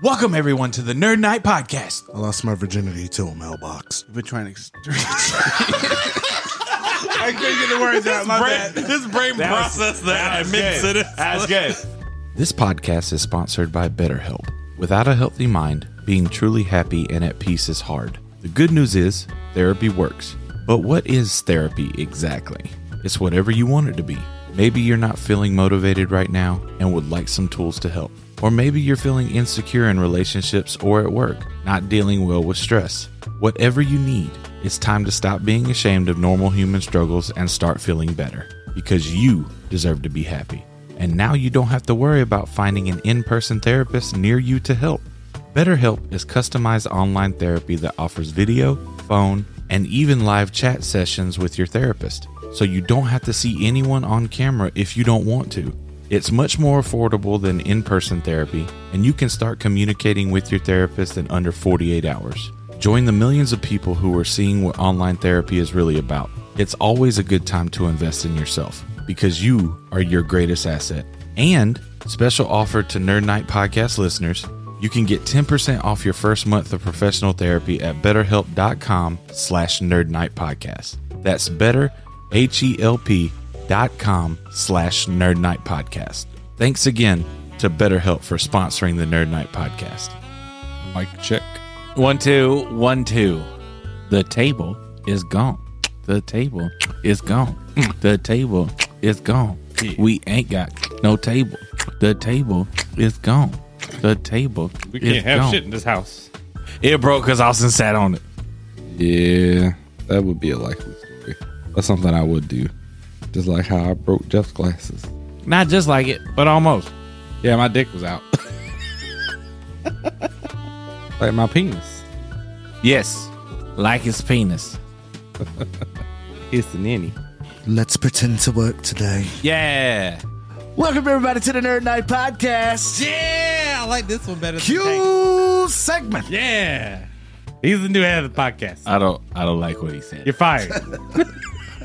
Welcome everyone to the Nerd Night podcast. I lost my virginity to a mailbox. I've been trying to. Ex- I couldn't get the words out. My bad. His brain processed that, and mixed it. That's good. This podcast is sponsored by BetterHelp. Without a healthy mind, being truly happy and at peace is hard. The good news is therapy works. But what is therapy exactly? It's whatever you want it to be. Maybe you're not feeling motivated right now and would like some tools to help. Or maybe you're feeling insecure in relationships or at work, not dealing well with stress. Whatever you need, it's time to stop being ashamed of normal human struggles and start feeling better because you deserve to be happy. And now you don't have to worry about finding an in person therapist near you to help. BetterHelp is customized online therapy that offers video, phone, and even live chat sessions with your therapist. So you don't have to see anyone on camera if you don't want to. It's much more affordable than in person therapy, and you can start communicating with your therapist in under 48 hours. Join the millions of people who are seeing what online therapy is really about. It's always a good time to invest in yourself because you are your greatest asset. And special offer to Nerd Night podcast listeners, you can get 10% off your first month of professional therapy at betterhelp.com slash nerd night podcast. That's better, H-E-L-P dot com slash nerd night podcast. Thanks again to BetterHelp for sponsoring the Nerd Night podcast. Mic check. One, two, one, two. The table is gone. The table is gone. The table is gone. We ain't got no table. The table is gone. The table We can't is have gone. shit in this house. It broke because Austin sat on it. Yeah, that would be a likely story. That's something I would do. Just like how I broke Jeff's glasses. Not just like it, but almost. Yeah, my dick was out. like my penis. Yes, like his penis. It's the nanny. Let's pretend to work today. Yeah. Welcome everybody to the Nerd Night Podcast. Yeah, I like this one better. than that. Q segment. Yeah, he's the new head of the podcast. I don't. I don't like what he said. You're fired.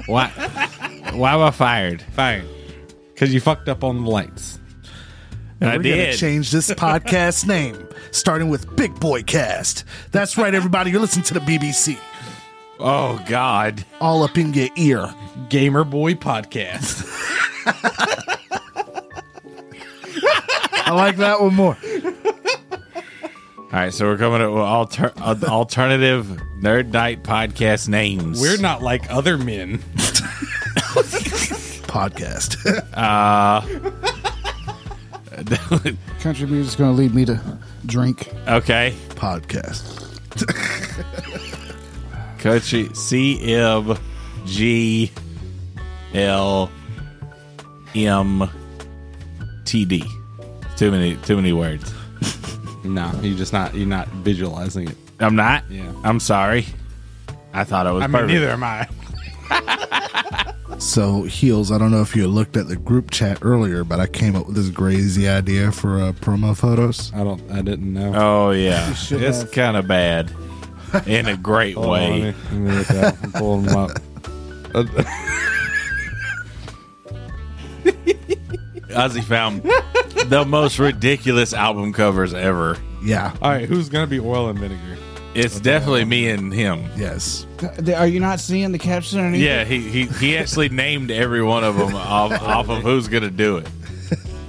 Why? Why am I fired? fired. Because you fucked up on the lights. I We're gonna did. change this podcast name, starting with Big Boy Cast. That's right, everybody. You're listening to the BBC. Oh God. All up in your ear. Gamer Boy Podcast. I like that one more. All right, so we're coming up with alter- uh, alternative nerd night podcast names. We're not like other men. Podcast. Country music's gonna lead me to drink. okay. Podcast. Country C M G L M T D. Too many, too many words. No, you're just not. You're not visualizing it. I'm not. Yeah. I'm sorry. I thought it was I mean, perfect. neither am I. So heels, I don't know if you looked at the group chat earlier, but I came up with this crazy idea for uh, promo photos. I don't. I didn't know. Oh yeah, it's have. kind of bad in a great Hold on, way. let me- let me look at it. I'm pulling them up. Ozzy found the most ridiculous album covers ever. Yeah. All right, who's gonna be oil and vinegar? It's definitely me and him. Yes. Th- Are you not seeing the caption? underneath Yeah, he he, he actually named every one of them off, off of who's gonna do it.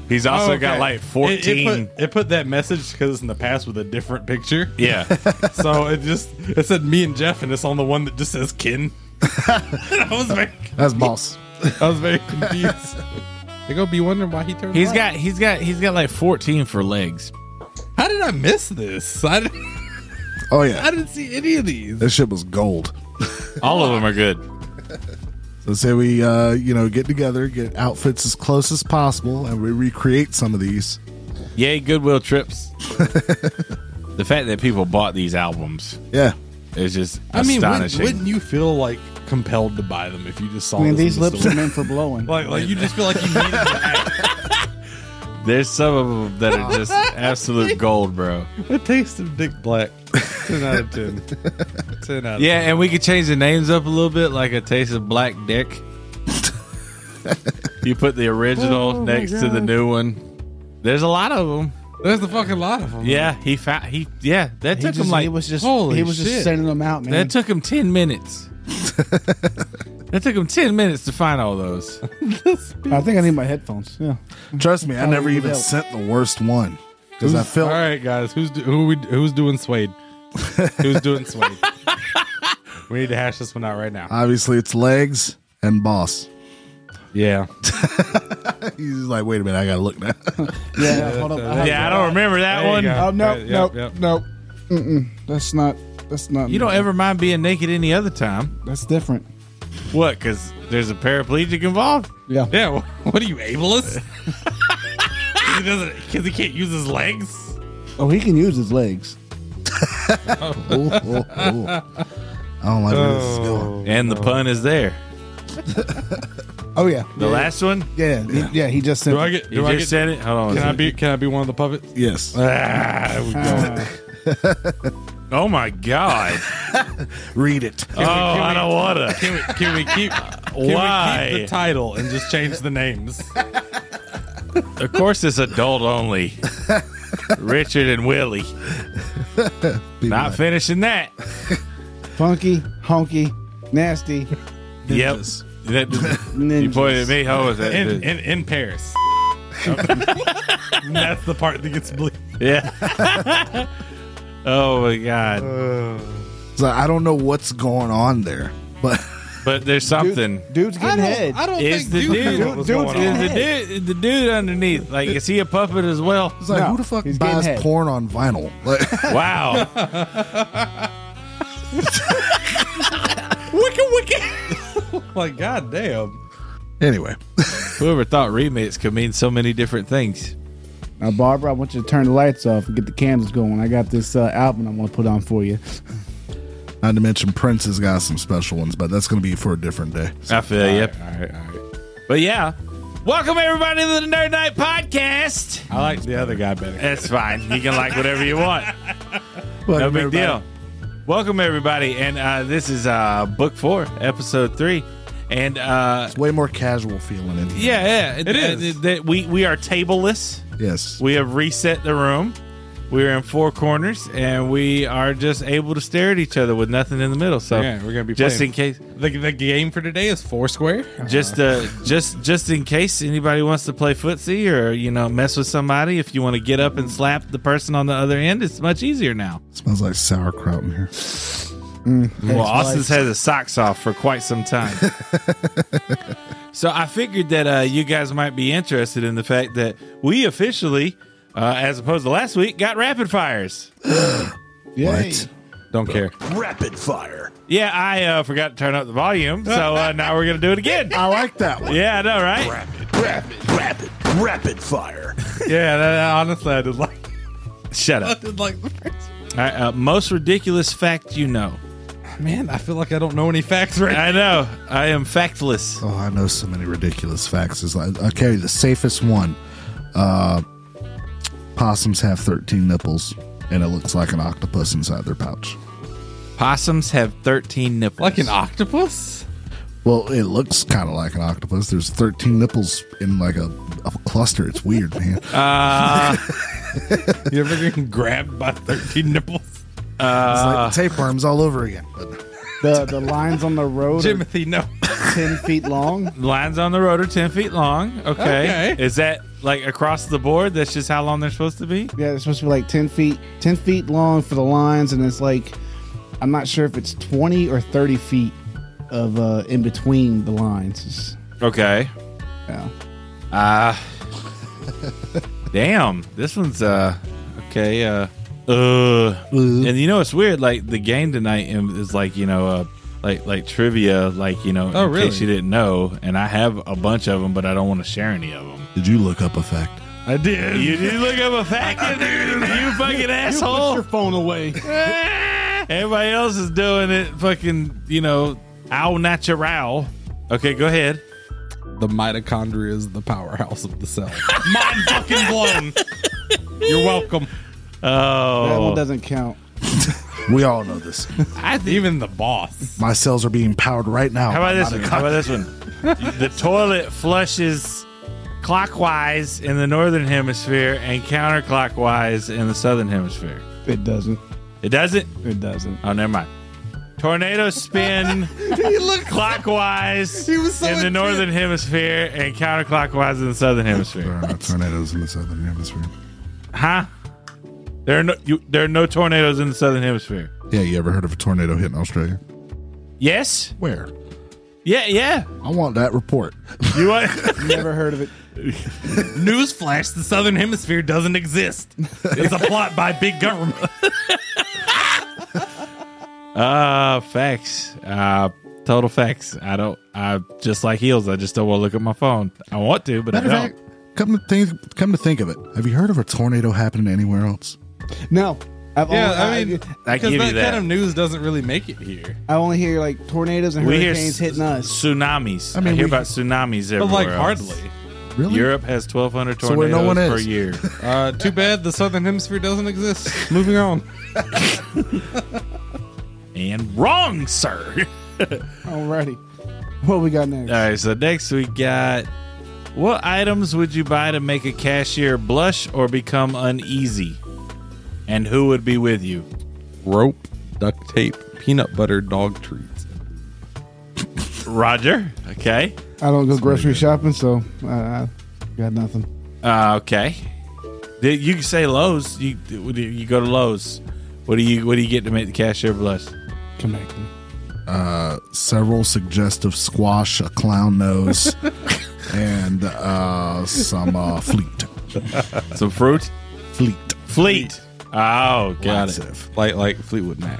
He's also Oh, got Okay. like It, it fourteen. put, it put that message because in the past with a different picture. yeah, So it just it said me and Jeff, and it's on the one that just says Ken. And I was very, That's boss. I was very confused. They gonna be wondering why he turned. he's black. got he's got he's got like fourteen for legs. How did I miss this? I didn't, Oh yeah. I didn't see any of these. That shit was gold. All of them are good. So say we, uh, you know, get together, get outfits as close as possible, and we recreate some of these. Yay, Goodwill trips. the fact that people bought these albums Yeah. is just I mean, wouldn't, astonishing. wouldn't you feel like compelled to buy them if you just saw? I mean, this these in the lips store? are meant for blowing. like, like you just feel like you needed that. There's some of them that are just absolute gold, bro. the taste of Dick Black. Ten out of ten. Ten out. Of Yeah, and we could change the names up a little bit, like a taste of black dick. you put the original next to the new one. There's a lot of them. There's a fucking lot of them. Yeah, he found he. Yeah, that He took him just- like he was just holy he was shit. just sending them out, man. That took him ten minutes. that took him ten minutes to find all those. I think I need my headphones. Yeah. Trust me, I never Probably even without. sent the worst one because I felt All right, guys, who's do, who we who's doing suede? Who's doing suede? we need to hash this one out right now. obviously it's legs and boss. Yeah, He's like, wait a minute, I gotta look now. Yeah. hold up. I have- I don't remember that There you go. Oh no, Yep, no, yep. no. Mm-mm. That's not. That's not. You don't ever mind being naked any other time. That's different. What? Because there's a paraplegic involved. Yeah. Yeah, wha- what are you ableist? he doesn't because he can't use his legs. Oh, he can use his legs. Oh, oh, oh. I don't like where this is going. And the pun is there. Oh yeah. The last one. Yeah. he- Yeah. He just sent. Do I get? You Do I just get? said it. Hold on. a Can I second. be? Can I be one of the puppets? Yes. Ah, there we go. oh my god. Read it. oh, I don't want to. Can we? Can we keep? Can Why? we keep the title and just change the names? Of course, it's adult only. Richard and Willie. Not finishing that. Funky, honky, nasty. Yep. Ninjas. That- you Ninjas. pointed at me. How was that? In in, in Paris. That's the part that gets bleeped. yeah. oh my god. So I don't know what's going on there, but But there's something. Dude's getting head. don't Is the dude, knew what was is going on. the dude the dude underneath? Like, is he a puppet as well? it's like, No, who the fuck he's getting buys head. porn on vinyl? Like, Wow. Wicka wicka. like god damn. anyway, Whoever thought remix could mean so many different things? Now, Barbara, I want you to turn the lights off and get the candles going. I got this uh, album I'm going to put on for you. not to mention Prince has got some special ones, but that's going to be for a different day. I feel you. All right, all right. But yeah. Welcome everybody to the Nerd Night Podcast. I like the other guy better. That's fine. You can like whatever you want. no big deal. Welcome everybody, and uh, this is uh, book four, episode three, and uh, Way more casual feeling in here. yeah, yeah, it is. that we we are tableless. Yes. We have reset the room. We are in four corners, and we are just able to stare at each other with nothing in the middle. So Yeah, we're gonna be just playing. in case, The, the game for today is Foursquare. just uh, just just in case anybody wants to play footsie or you know mess with somebody. If you want to get up and slap the person on the other end, it's much easier now. smells like sauerkraut in here. Well, Austin's had his socks off for quite some time. so I figured that uh, you guys might be interested in the fact that we officially, uh, as opposed to last week, got rapid fires. Yay. What? Don't care. Rapid fire. Yeah, I uh, forgot to turn up the volume, so uh, now we're gonna do it again. I like that one. Yeah, I know, right? Rapid, rapid, rapid, rapid fire. Yeah, that, that- honestly, I did like. Shut up. did like the first. All right, uh, most ridiculous fact you know. Man, I feel like I don't know any facts right. I know. I am factless. Oh, I know so many ridiculous facts. It's like, okay, the safest one. Uh, possums have 13 nipples, and it looks like an octopus inside their pouch. Possums have thirteen nipples. Like an octopus? Well, it looks kind of like an octopus. There's 13 nipples in like a, a cluster. It's weird, man. You ever getting grabbed by thirteen nipples? it's Uh. like tapeworms all over again. The, the lines on the road Timothy, no. are 10 feet long. Lines on the road are ten feet long. Okay. Okay. Is that like across the board? That's just how long they're supposed to be. Yeah, it's supposed to be like 10 feet, 10 feet long for the lines. And it's like, I'm not sure if it's 20 or 30 feet of uh, in between the lines. It's- Okay. yeah. Ah. damn. This one's uh. Okay. Uh. Uh. And you know it's weird. Like the game tonight im- is like you know uh like like trivia like you know Oh, in really? case you didn't know. And I have a bunch of them, but I don't want to share any of them. Did you look up a fact? I did. You did look up a fact, you fucking asshole. phone away. Everybody else is doing it. Fucking you know al natural. Okay, go ahead. The mitochondria is the powerhouse of the cell. Mind fucking blown. You're welcome. That one Oh, doesn't count. We all know this. I think even the boss. My cells are being powered right now. how about by this one? How about this one? The toilet flushes clockwise in the northern hemisphere and counterclockwise in the southern hemisphere. It doesn't. It doesn't? It doesn't. Oh, never mind. Tornadoes spin clockwise in the northern hemisphere and counterclockwise in the southern There hemisphere. are no tornadoes in the southern hemisphere. Huh? There are no you, there are no tornadoes in the southern hemisphere. Yeah, you ever heard of a tornado hitting Australia? Yes? Where? Yeah, yeah. I want that report. You want Never heard of it. Newsflash: the Southern Hemisphere doesn't exist. It's a plot by big government. uh facts. Uh total facts. I don't I just like heels, I just don't want to look at my phone. I want to, but Matter I of don't. fact, come to think come to think of it, have you heard of a tornado happening anywhere else? No. I've Yeah, only, Oh, I mean, I because give that, you that. kind of news doesn't really make it here. I only hear like tornadoes and we hear hurricanes hitting us. tsunamis. I, mean, hear we- about tsunamis everywhere. But like else. hardly. Really? Europe has 1,200 So where tornadoes no one per is. year. Uh, too bad the Southern Hemisphere doesn't exist. Moving on. and wrong, sir. Alrighty. What we got next? All right, so next we got what items would you buy to make a cashier blush or become uneasy? And who would be with you? Rope, duct tape, peanut butter, dog treats. Roger. Okay. I don't go grocery shopping, so uh, I got nothing. Uh, okay. Th- You can say Lowe's. You you go to Lowe's. What do you what do you get to make the cashier blush? Come back to me. Several suggestive squash, a clown nose, and uh, some uh, fleet. Some fruit. Fleet. Fleet. Oh, got it. Laxative. Like like Fleetwood Mac.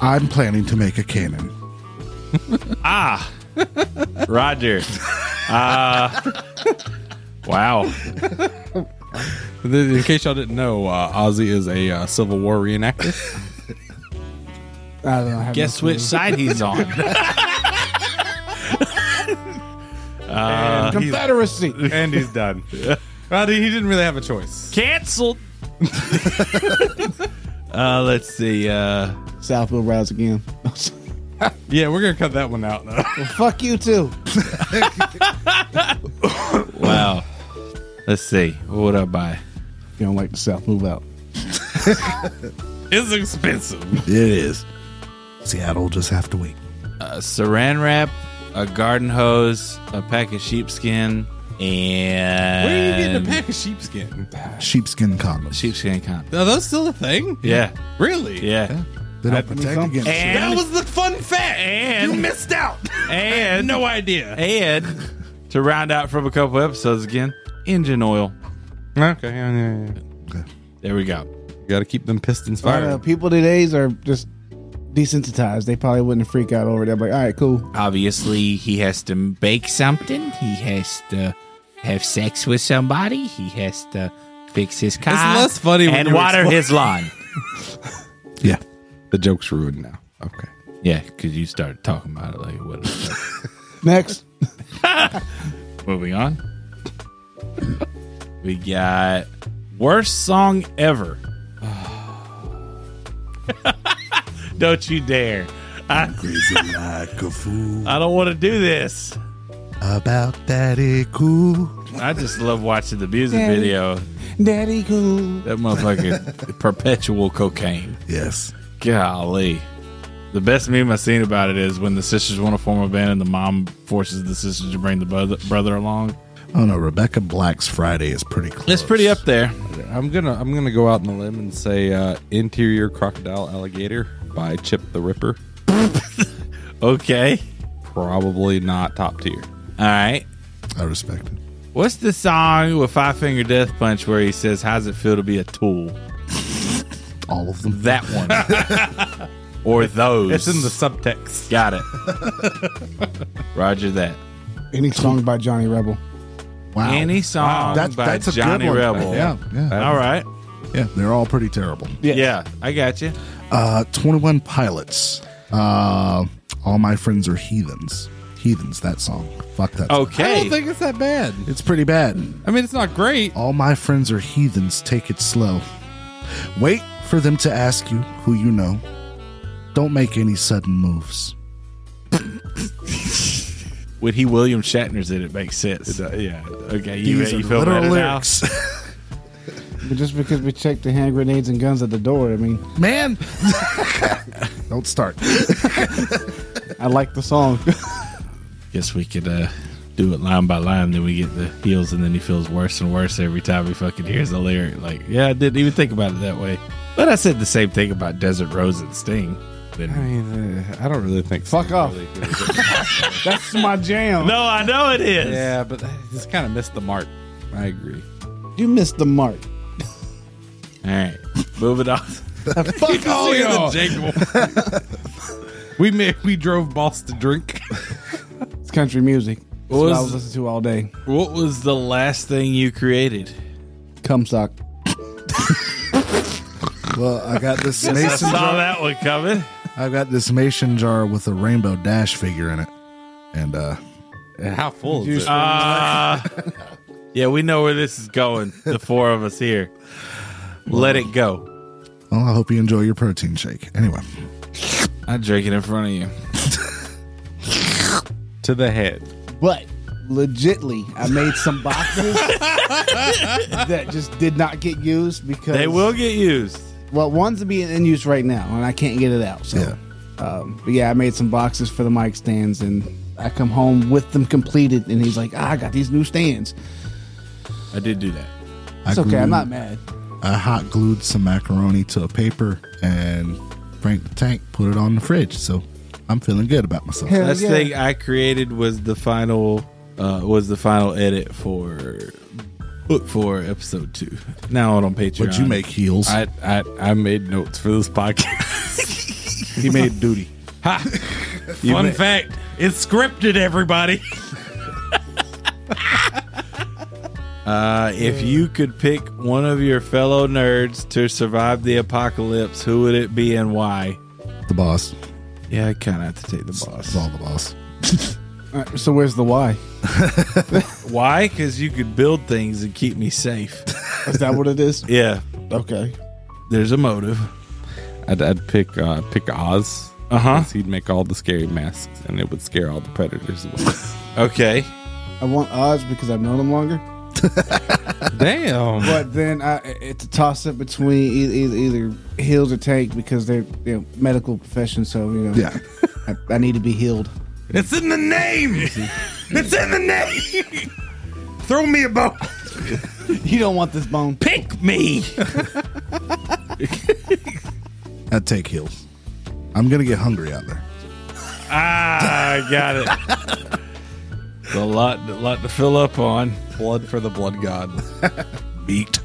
I'm planning to make a cannon. Ah, Roger. Uh, wow. Th- In case y'all didn't know, uh, Ozzy is a uh, Civil War reenactor. I don't know. I have Guess no clue. which side he's on. Uh, Confederacy. and he's done. Well, he didn't really have a choice. canceled. uh, let's see. Uh, Southville Rouse again. Yeah, we're gonna cut that one out. Though. Fuck you too. wow. Let's see. What would I buy? If you don't like the South, move out. it's expensive. It is. Seattle will just have to wait. A saran wrap, a garden hose, a pack of sheepskin, and Where are you getting a pack of sheepskin? Sheepskin condoms. sheepskin condom. Are those still a thing? Yeah, Really? yeah. They don't That'd be protect something. against And- That was the fun fact. And- you missed out. And no idea. and to round out from a couple episodes again, engine oil. okay, yeah, yeah, yeah. There we go. You gotta keep them pistons But, firing. uh, people today's are just desensitized. They probably wouldn't freak out over it. They're like, all right, cool. obviously he has to bake something he has to have sex with somebody he has to fix his car less funny when and you water explain- his lawn Yeah. the joke's ruined now. Okay. yeah because you started talking about it like what Next. moving on we got worst song ever don't you dare Crazy like a fool i don't want to do this about daddy cool. i just love watching the music video Daddy cool. that motherfucker perpetual cocaine Yes. Golly. The best meme I've seen about it is when the sisters want to form a band and the mom forces the sisters to bring the brother, brother along. Oh no, Rebecca Black's Friday is pretty close. It's pretty up there. I'm gonna I'm gonna go out on a limb and say uh, interior crocodile alligator by Chip the Ripper. Okay. Probably not top tier. All right. I respect it. What's the song with Five Finger Death Punch where he says, How's it feel to be a tool? All of them. That one. or those. It's in the subtext. Got it. Roger that. Any song by Johnny Rebel. Wow. Any song that's by that's a Johnny good one. Rebel. Yeah, yeah, All right. yeah. They're all pretty terrible. Yeah. I got you. Uh, Twenty One Pilots. Uh, all my friends are heathens. Heathens. That song. Fuck that. song. Okay. I don't think it's that bad. it's pretty bad. I mean, it's not great. All my friends are heathens. Take it slow. Wait for them to ask you who you know. Don't make any sudden moves. when he William Shatner's in it makes sense. yeah. Okay. You, These you are feel literal better now? lyrics. But just because we checked the hand grenades and guns at the door, I mean, Man. Don't start. I like the song. Guess we could uh, do it line by line. Then we get the heels, and then he feels worse and worse every time he fucking hears a lyric. Like, yeah, I didn't even think about it that way. But I said the same thing about Desert Rose and Sting. Then I mean, uh, I don't really think. Fuck Sting off. really did it. That's my jam. no, I know it is. yeah, but it's kind of missed the mark. I agree. You missed the mark. All right, moving on. Fuck all y'all. we made, we drove boss to drink. It's country music. That's what, What I was- was listening to all day. What was the last thing you created? Cum sock. Well, I got this mason Saw jar. that one coming. I've got this mason jar with a rainbow dash figure in it. And uh How full is it? Uh, yeah, we know where this is going. The four of us here. Let it go. well, I hope you enjoy your protein shake. Anyway. I drink it in front of you. to the head. But legitly, I made some boxes that just did not get used because They will get used. Well, one's being in use right now, and I can't get it out. So, Yeah. Um, but yeah, I made some boxes for the mic stands, and I come home with them completed, and he's like, ah, "I got these new stands." I did do that. I It's okay. glued- I'm not mad. I hot glued some macaroni to a paper and Frank the Tank put it on the fridge. So I'm feeling good about myself. Hell Last yeah. thing I created was the final uh, was the final edit for for episode two. Now out on Patreon. What'd you make heels? I, I I made notes for this podcast. he made duty. Fun fact, it's scripted, everybody. Uh, if you could pick one of your fellow nerds to survive the apocalypse, who would it be and why? The boss. Yeah, I kind of have to take the boss. It's all the boss. All right, so where's the why? Why? Because you could build things and keep me safe. Is that what it is? yeah, Okay. there's a motive. I'd, I'd pick uh, pick Oz. Uh huh. 'cause He'd make all the scary masks, and it would scare all the predators away. Okay. I want Oz because I've known him longer, Damn. but then I, it's a toss up between either, either heels or tank because they're you know, medical profession, so you know, Yeah. I, I need to be healed. It's in the name. It's in the name. Throw me a bone. You don't want this bone. Pick me. I'd take heels. I'm going to get hungry out there. Ah, I got it. It's a lot, a lot to fill up on. Blood for the blood god. Meat.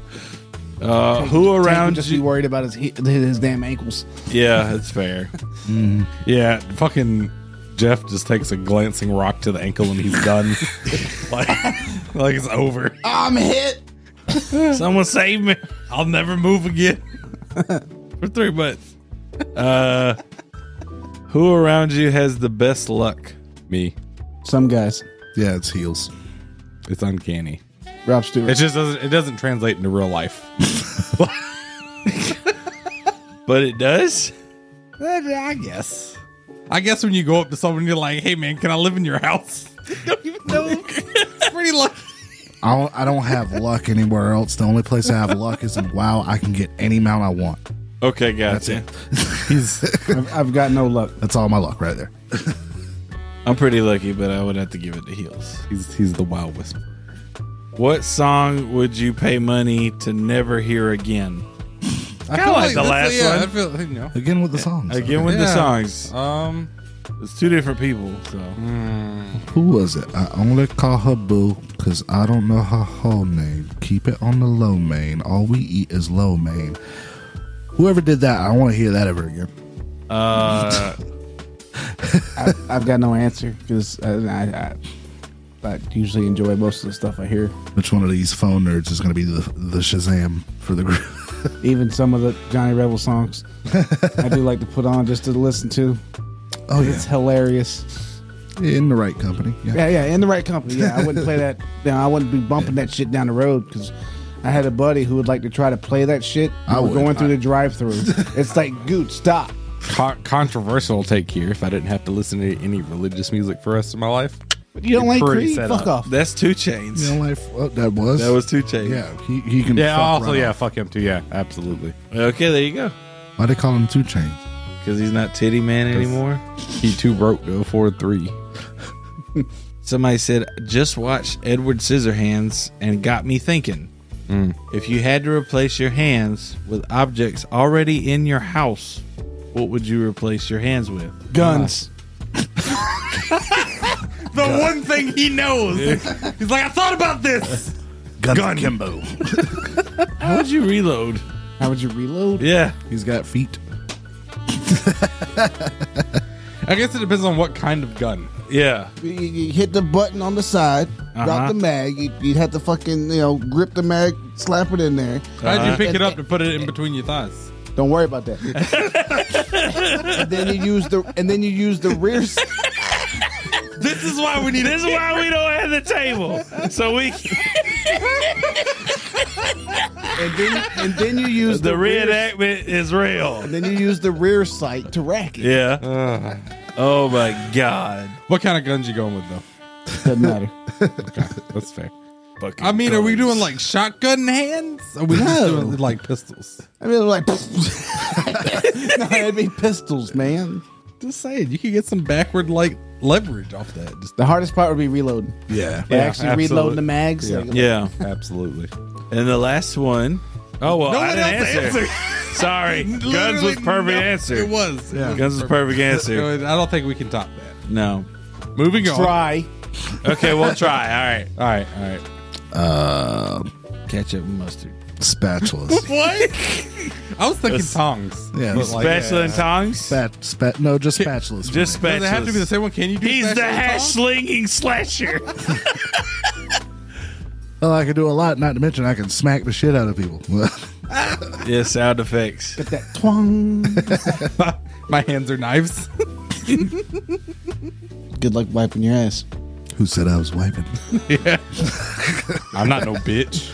Uh, who Tank would around just be you? worried about his he- his damn ankles. Yeah, that's fair. Mm. Yeah, fucking Jeff just takes a glancing rock to the ankle and he's done. like, like it's over. I'm hit. Someone save me. I'll never move again for three months. Uh, who around you has the best luck? Me. Some guys. Yeah, it's heels. It's uncanny. Rob Stewart. It just doesn't it doesn't translate into real life. But it does. Eh, I guess. I guess when you go up to someone you're like, "Hey man, can I live in your house?" They don't even know. it's pretty lucky. I don't, I don't have luck anywhere else. The only place I have luck is in WoW. I can get any amount I want. Okay, gotcha. I've, I've got no luck. That's all my luck right there. I'm pretty lucky, but I would have to give it to heels. He's he's the wild whisperer. What song would you pay money to never hear again? I feel like the last one. I feel you know. Again with the songs. Again with the uh, Yeah. songs. Um, It's two different people, so Mm. Who was it? I only call her Boo because I don't know her whole name. Keep it on the low main. All we eat is low main. Whoever did that, I want to hear that ever again. I, I've got no answer because I, I, I, I usually enjoy most of the stuff I hear. Which one of these phone nerds is going to be the, the Shazam for the group? Even some of the Johnny Rebel songs I do like to put on just to listen to. Oh, It's yeah. hilarious. In the right company. Yeah. Yeah, yeah, in the right company. Yeah, I wouldn't play that. You know, I wouldn't be bumping that shit down the road because I had a buddy who would like to try to play that shit. I We're would. going through the drive-through. it's like, dude, stop. con- controversial take here. If I didn't have to listen to any religious music for the rest of my life, You don't like pretty Creed? set Fuck up. off. That's two chains. You know, like oh, that was That was two chains. yeah. He he can Yeah, fuck also, right yeah, off. fuck him too. Yeah, absolutely. Okay, there you go. Why they call him Two Chains? Because he's not titty man anymore. He too broke to afford three. Somebody said, just watched Edward Scissorhands and got me thinking. Mm. If you had to replace your hands with objects already in your house, what would you replace your hands with? Guns. The one thing he knows. He's like, I thought about this. Gun, Kimbo. How would you reload? How would you reload? Yeah. He's got feet. I guess it depends on what kind of gun. Yeah. You, you hit the button on the side, drop the mag. You, you'd have to fucking you know grip the mag, slap it in there. Uh-huh. How'd you pick And- it Uh, up to put it in between your thighs? Don't worry about that. and then you use the and then you use the rear. s- This is why we need This is why we don't have the table. So we And then and then you use the, rear. reenactment is real. And then you use the rear sight to rack it. Yeah. oh my god. What kind of guns you going with though? Doesn't matter. That's fair. I mean, are we doing like shotgun hands? Are we just No. doing like pistols? I mean, like, no, that'd be pistols, man. Just saying, you could get some backward like leverage off that. Just The hardest part would be reloading. Yeah. Like actually reloading the mags. like- Yeah. absolutely. And the last one. Oh well, I one didn't else answer. Sorry, guns was Literally, perfect no, answer. It was. Guns was perfect answer. I don't think we can top that. No. Moving on. Try. Okay, we'll try. All right. All right, all right. Ketchup and mustard. Spatulas. What? I was thinking tongs. Yeah, but spa- like, Spatula and tongs. Spat, spat, no, just spatulas. for Just me. spatulas. does it have to be the same one? Can you do? He's the spatula and hash tongs? slinging slasher. well, I can do a lot. Not to mention, I can smack the shit out of people. yeah, sound effects. That twang. My hands are knives. Good luck wiping your ass. Who said I was wiping? I'm not no bitch.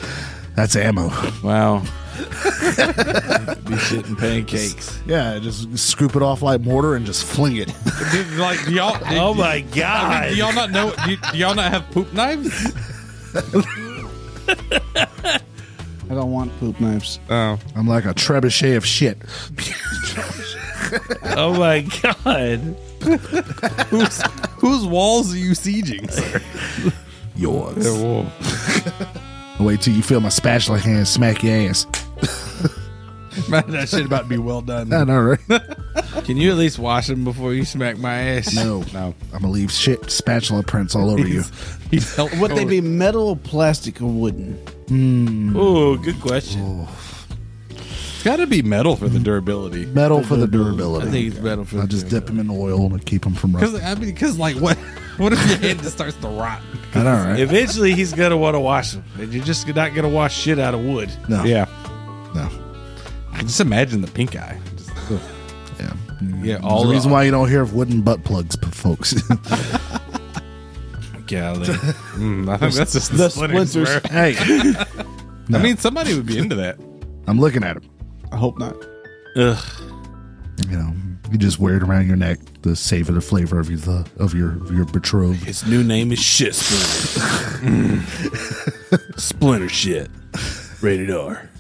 That's ammo. Wow. be shitting pancakes. Yeah, just scoop it off like mortar and just fling it. Dude, like do y'all? Do, Oh my I mean, do god. y'all not know? Do, do y'all not have poop knives? I don't want poop knives. Oh, I'm like a trebuchet of shit. Oh my god. whose whose walls are you sieging, sir? Yours. Wait till you feel my spatula hand smack your ass. Man, that shit about to be well done. I know, right? Can you at least wash them before you smack my ass? No, No. I'm gonna leave shit spatula prints all over you. He's helped Would they be metal, or plastic, or wooden? Oh, good question. It's got to be metal for the durability. Metal for the I durability. think it's better for I just dip them in oil and keep them from Because rusting. I mean, because like what? What if your head just starts to rot? I know, right? Eventually, he's gonna want to wash them, and you're just not gonna wash shit out of wood. no, Yeah, no, I just imagine the pink eye. Just, ugh. yeah. Yeah, All all the reason why you don't hear of wooden butt plugs, p- folks. Golly. Mm, I think that's just the, splinters. bro. hey, No. I mean, somebody would be into that. I'm looking at them. I hope not. Ugh. You know, you just wear it around your neck to savor the flavor of your the, of your of your betrothed. His new name is Shit Splinter. Mm. Splinter Shit. Rated R.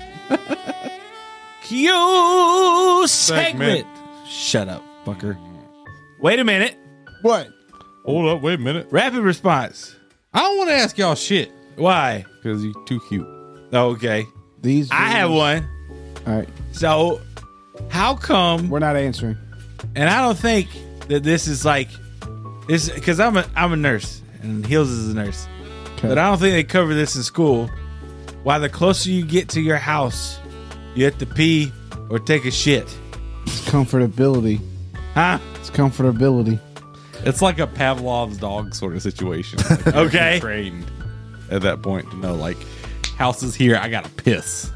Q segment. Segment. Shut up, fucker. Wait a minute. What? Hold up, wait a minute. Rapid response. I don't want to ask y'all shit Why? because you too cute. Okay. These? I have one. All right. So, how come We're not answering. and I don't think that this is like this because I'm a I'm a nurse and Hills is a nurse, but I don't think they cover this in school. Why the closer you get to your house, you have to pee or take a shit, It's comfortability. huh? It's comfortability. It's like a Pavlov's dog sort of situation. Like, you're Okay. trained at that point to know like house is here. I gotta piss.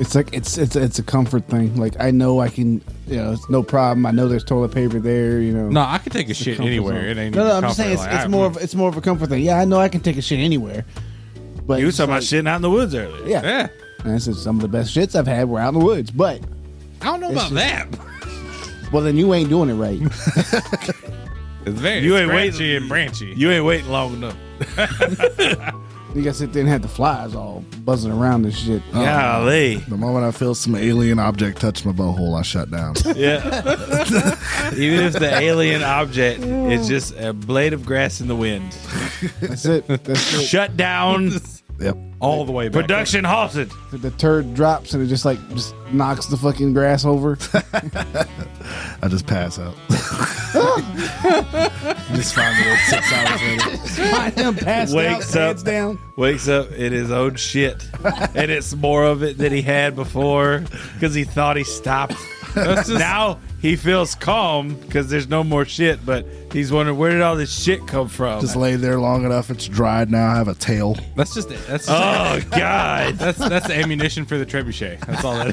It's like it's it's it's a comfort thing. Like I know I can, you know, it's no problem. I know there's toilet paper there. You know. No, I could take a shit comfort anywhere. zone. It ain't No, no. even I'm just comfort. saying it's, Like, it's I- more of it's more of a comfort thing. Yeah, I know I can take a shit anywhere. But You were it's talking about like- shitting out in the woods earlier. Yeah. Yeah, And this is some of the best shits I've had were out in the woods. But I don't know about that. well, then you ain't doing it right. It's very You ain't scratchy waiting. and branchy. You ain't waiting long enough. You gotta sit there and have the flies all buzzing around and shit. Golly. The moment I feel some alien object touch my butthole, I shut down. Yeah. Even if the alien object is just a blade of grass in the wind. That's it. That's it. Shut down. yep. all the way back. Production halted. The turd drops and it just like just knocks the fucking grass over. I just pass out. just find me like six hours later. Find him passed Wakes out, up. heads down. Wakes up in his own shit. And it's more of it than he had before because he thought he stopped. now he feels calm because there's no more shit, but he's wondering where did all this shit come from? Just lay there long enough. It's dried now. I have a tail. That's just it. Uh, That's just oh, God. That's that's the ammunition for the trebuchet. That's all that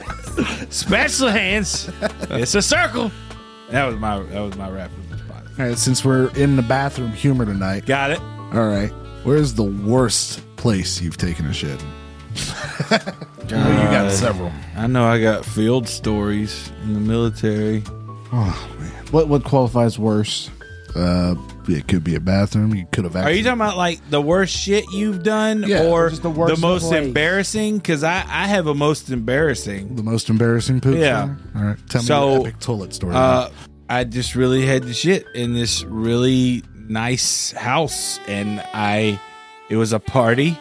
is. Spatula hands. It's a circle. That was my that was my rap for this spot. All right, since we're in the bathroom humor tonight. Got it. All right. Where's the worst place you've taken a shit? Well, you got several. I know I got field stories in the military. What what qualifies worse? Uh, it could be a bathroom. You could have. Are you talking about like the worst shit you've done Yeah, or just the, the worst most place. embarrassing? Because I, I have a most embarrassing. the most embarrassing poop? Yeah. story? All right. Tell me So, your epic toilet story. Uh, I just really had to shit in this really nice house, and I it was a party,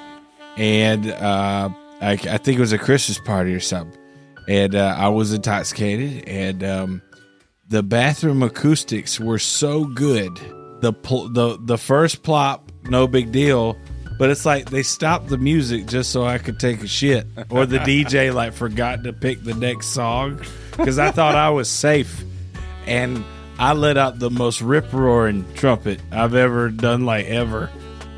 and uh, I, I think it was a Christmas party or something, and uh, I was intoxicated, and um, the bathroom acoustics were so good. The pl- the the first plop, no big deal. But it's like they stopped the music just so I could take a shit, or the DJ like forgot to pick the next song because I thought I was safe and I let out the most rip roaring trumpet I've ever done, like ever.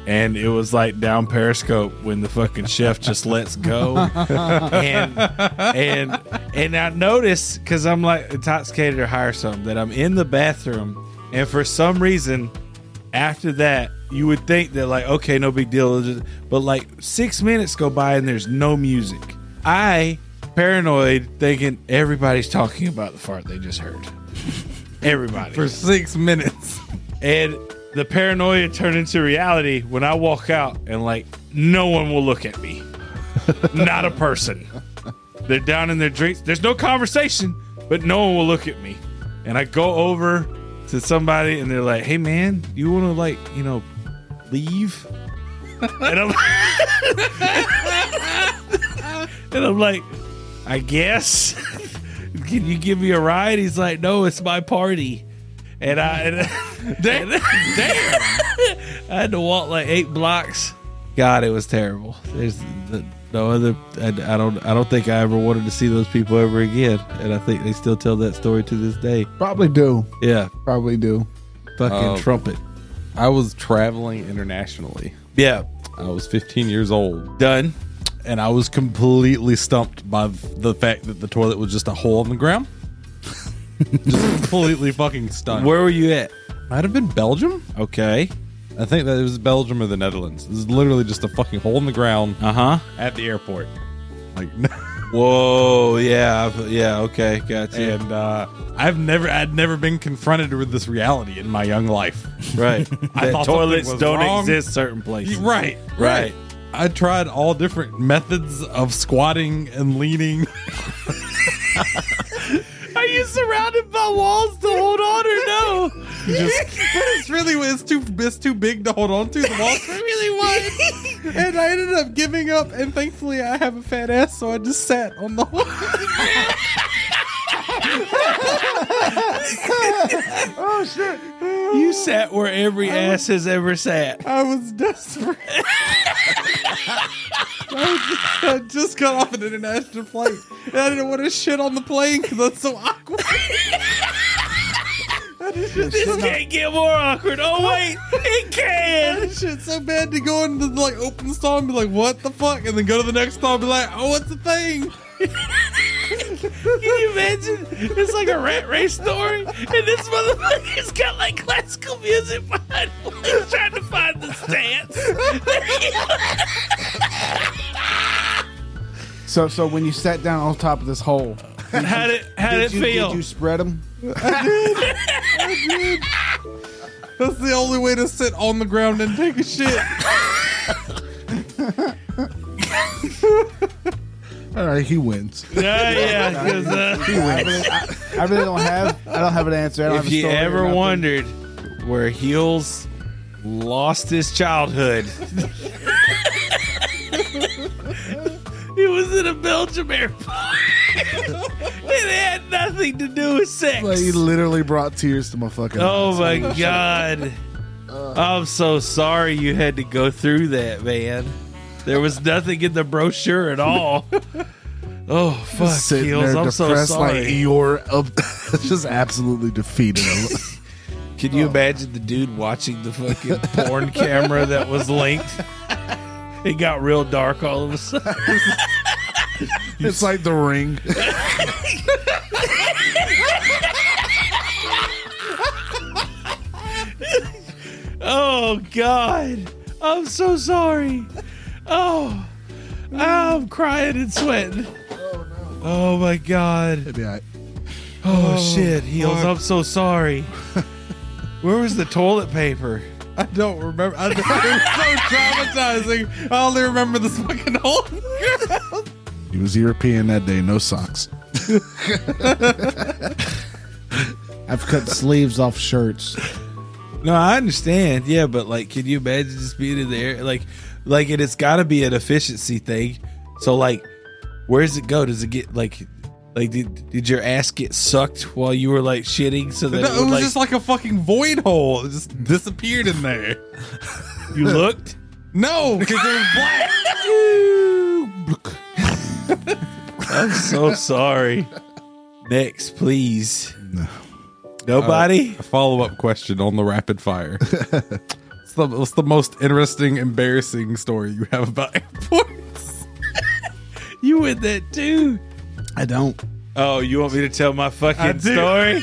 And it was like down Periscope when the fucking chef just lets go, and and and I noticed because I'm like intoxicated or high or something that I'm in the bathroom, and for some reason, after that you would think that like okay no big deal, but like six minutes go by and there's no music. I paranoid thinking everybody's talking about the fart they just heard. Everybody. for six minutes. and the paranoia turned into reality when I walk out and like no one will look at me. Not a person. They're down in their drinks. There's no conversation, but no one will look at me. And I go over to somebody and they're like, "Hey man, you want to like, you know, leave?" and I'm And I'm like, "I guess. Can you give me a ride?" He's like, "No, it's my party." And I and, damn, I had to walk like eight blocks. God, it was terrible. There's the, no other. I, I don't. I don't think I ever wanted to see those people ever again. And I think they still tell that story to this day. Probably do. Yeah, Probably do. fucking Oh. trumpet. I was traveling internationally. Yeah, I was 15 years old, done. and I was completely stumped by the fact that the toilet was just a hole in the ground. just completely fucking stunned. Where were you at? Might have been Belgium. Okay. I think that it was Belgium or the Netherlands. This is literally just a fucking hole in the ground Uh huh. at the airport. Like, Whoa. Yeah. I've- Yeah. Okay. Gotcha. and uh, I've never, I'd never been confronted with this reality in my young life. right. I that thought something toilets was don't wrong. exist certain places. Right, Right. I tried all different methods of squatting and leaning. Are you surrounded by walls to hold on or no? it's really it's too it's too big to hold on to. The walls were really wide, and I ended up giving up. And thankfully, I have a fat ass, so I just sat on the wall. You sat where every ass has ever sat. I was desperate. I, was- I just got off an international flight, and I didn't want to shit on the plane because that's so awkward. This can't get more awkward. Oh wait, it can. That shit's so bad to go into like open stall and be like, "What the fuck," and then go to the next stall and be like, "Oh, what's the thing?" Can you imagine? It's like a rat race story, and this motherfucker's got like classical music behind. him. He's trying to find the stance. So so when you sat down on top of this hole, How did how did, did you, it feel? did you spread them? That's the only way to sit on the ground and take a shit. All right, he wins. Yeah, yeah. 'cause, uh, I really, I, I really don't have. I don't have an answer. I don't have if a you story or ever nothing. wondered where Heels lost his childhood, it was in a Belgium airport. it had nothing to do with sex. Like he literally brought tears to my fucking. oh eyes. my god. I'm so sorry you had to go through that, man. There was nothing in the brochure at all. Oh fuck, Sitting Heels! there I'm so depressed sorry. like Eeyore, up, just absolutely defeated. Can Oh. you imagine the dude watching the fucking porn camera that was linked? It got real dark all of a sudden. it's like the ring. Oh God, I'm so sorry. Oh, I'm crying and sweating. Oh my God. It'd be like, Oh, shit, heels. fuck. I'm so sorry. Where was the toilet paper? I don't remember. I, it was so traumatizing. I only remember this fucking hole. He was European that day, no socks. I've cut sleeves off shirts. No, I understand. Yeah, but like, can you imagine just being in there? Like, like, and it's got to be an efficiency thing. So, like, where does it go? Does it get like, like, did, did your ass get sucked while you were like shitting? So that No, it, it was would, like, just like a fucking void hole. It just disappeared in there. you looked. No, because it was black. I'm so sorry. Next, please. Nobody. A follow up question on the rapid fire. What's the, what's the most interesting, embarrassing story you have about airports? you in that too? I don't. Oh, you want me to tell my I fucking do. story?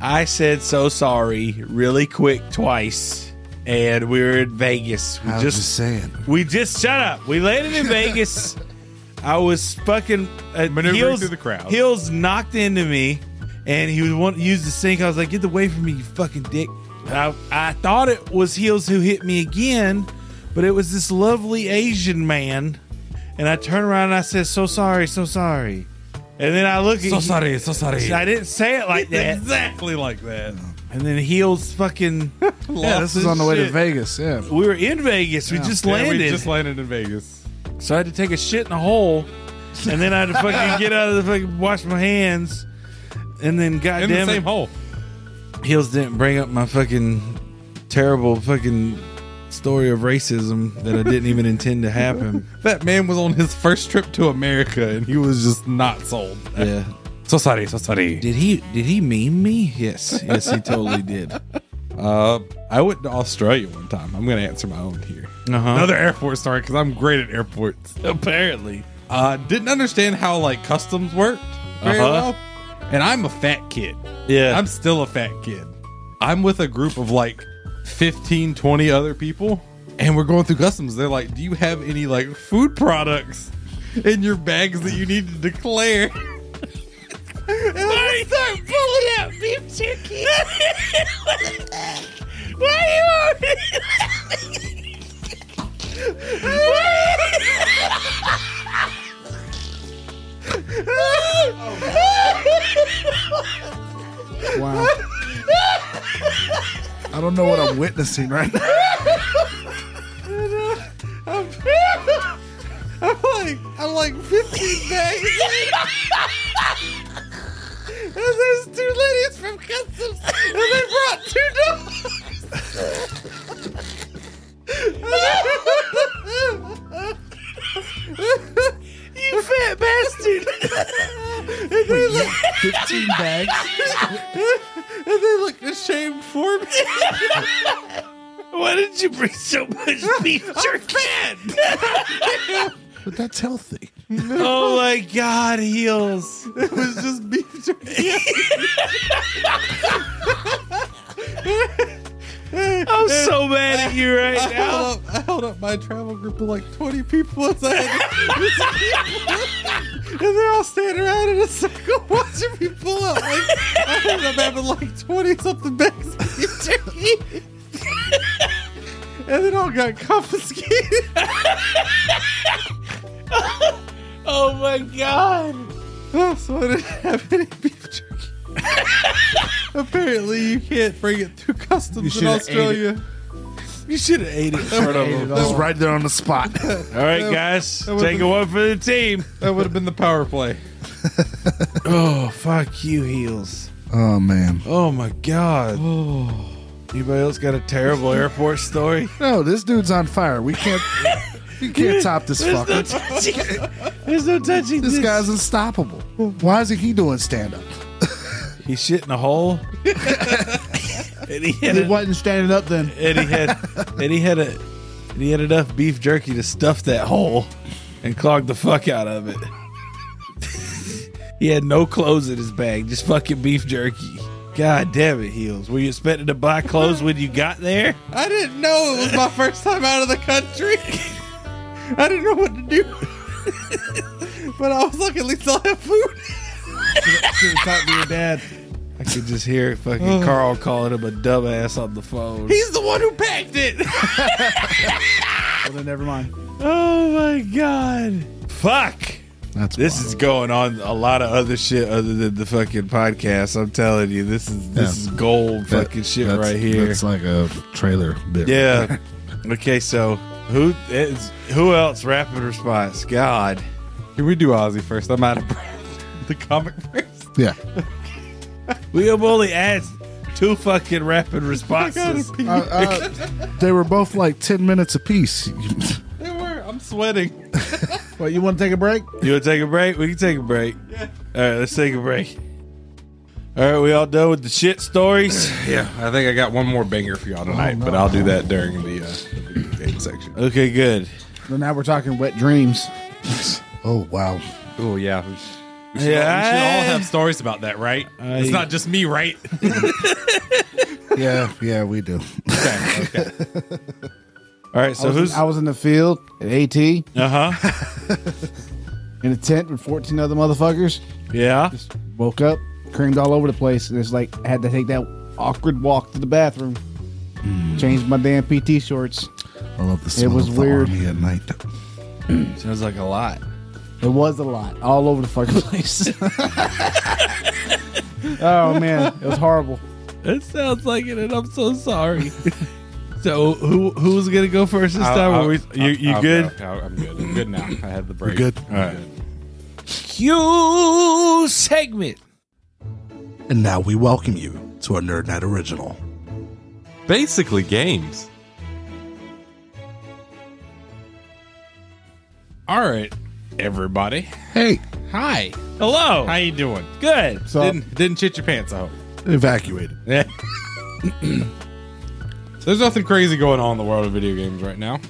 I said so sorry really quick twice, and we were in Vegas. We I was just, just saying. we just shut up. We landed in Vegas. I was fucking uh, Maneuvering heels, through the crowd. Heels knocked into me, and he would want to use the sink. I was like, "Get away from me, you fucking dick!" And I, I thought it was heels who hit me again, but it was this lovely Asian man. And I turned around and I said, "So sorry, so sorry." And then I look at So he- sorry, so sorry. I didn't say it like that. Exactly like that. And then heels fucking. Yeah, this is on the way to Shit. Vegas. Yeah, We were in Vegas. We just Yeah, landed. we just landed in Vegas. So I had to take a shit in a hole, and then I had to fucking get out of the fucking wash my hands, and then In goddamn the same it, hole. Heels didn't bring up my fucking terrible fucking story of racism that I didn't even intend to happen. That man was on his first trip to America and he was just not sold. Yeah. So sorry, so sorry. Did he did he meme me? Yes, yes, he totally did. Uh-huh. Uh Uh, I went to Australia one time. I'm going to answer my own here. huh. Another airport story because I'm great at airports. Apparently, Uh, didn't understand how like customs worked very Uh-huh. well, and I'm a fat kid. yeah. I'm still a fat kid. I'm with a group of like 15, 20 other people, and we're going through customs. They're like, "Do you have any like food products in your bags that you need to declare?" And I start pulling out beef jerky. Why are you? Wow. I don't know what I'm witnessing right now. I'm like, I'm like 15 bags. and there's two ladies from customs, and they brought two dogs. you fat bastard! and they look, 15 bags. and they look ashamed for me. Why did you bring so much beef jerky? But that's healthy. oh my god, heels. It was just beef jerky. I'm so mad at you right I held, up, I held up my travel group of like 20 people as I had to- And they're all standing around in a circle watching me pull up. Like, I ended up having like 20 something bags of turkey. and it all got confiscated. Oh my god. Oh, so I didn't have any beef jerky. Apparently, you can't bring it through customs in should've ate it. Australia. You should have ate it. It's right there on the spot. All right, guys, take a one for the team. That would have been the power play. Oh, fuck you, heels. oh man. Oh my god. Oh. Anybody else got a terrible airport story? No, this dude's on fire. We can't. you can't top this fucker. There's no touching this guy's unstoppable. Why isn't he doing stand up? He shit in a hole. and he had a, wasn't standing up then. and he had and he had a and he had enough beef jerky to stuff that hole and clog the fuck out of it. he had no clothes in his bag, just fucking beef jerky. God damn it, heels. Were you expecting to buy clothes when you got there? I didn't know it was my first time out of the country. I didn't know what to do. but I was like, at least I'll have food. talk to your dad. I could just hear fucking Carl calling him a dumbass on the phone. Oh. He's the one who packed it. Well, then never mind. Oh my god. Fuck. That's This wild. is going on a lot of other shit other than the fucking podcast. I'm telling you, this is this is gold That- fucking shit that's- right here. That's like a trailer bit. yeah. okay, so who is who else? Rapid response. God. Can we do Ozzy first? I'm out of breath. The comic first. Yeah. We have only asked two fucking rapid responses. Uh, uh, they were both like ten minutes apiece. They were. I'm sweating. Well, you want to take a break? You want to take a break? We can take a break. Yeah. All right, let's take a break. All right, we all done with the shit stories. Yeah, I think I got one more banger for y'all tonight, but I'll do that during the, uh, the video game section. Okay, good. Well, now we're talking wet dreams. Oh wow. Oh yeah, we should, Yeah, all have stories about that, right? it's not just me, right? Yeah, yeah, we do. All right, I so was in- who's I was in the field at AT in uh huh? a tent with 14 other motherfuckers. Yeah. Woke up, creamed all over the place, and it's like I had to take that awkward walk to the bathroom. Changed my damn PT shorts. I love the smell was of the weird. army at night. Sounds like a lot. It was a lot, all over the fucking place. oh man, it was horrible. It sounds like it, and I'm so sorry. so who who's gonna go first this time? Are we, you you good? I'm good. I'm good now. I had the break. Good. Q segment. And now we welcome you to our Nerd Night original. Basically, games. All right, everybody. Hey, Hi. Hello. How you doing? Good. So Didn't didn't shit your pants out. evacuated. There's nothing crazy going on in the world of video games right now,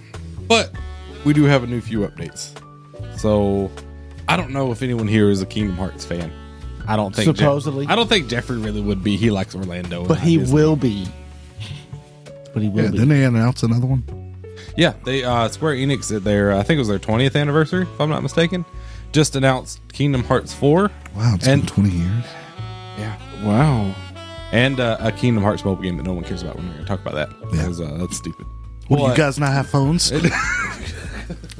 but we do have a new few updates. So I don't know if anyone here is a Kingdom Hearts fan. I don't think Jeff- Supposedly. I don't think Jeffrey really would be. He likes Orlando, and but he Disney. will be. But he will Yeah, be. then they announce another one. Yeah, they uh, Square Enix at their uh, I think it was their 20th anniversary, if I'm not mistaken, just announced Kingdom Hearts 4 Wow, it's And- been twenty years. Wow. and uh, a Kingdom Hearts mobile game that no one cares about. We're not going to talk about that Yeah. 'cause, uh, that's stupid. What, do What? you guys not have phones?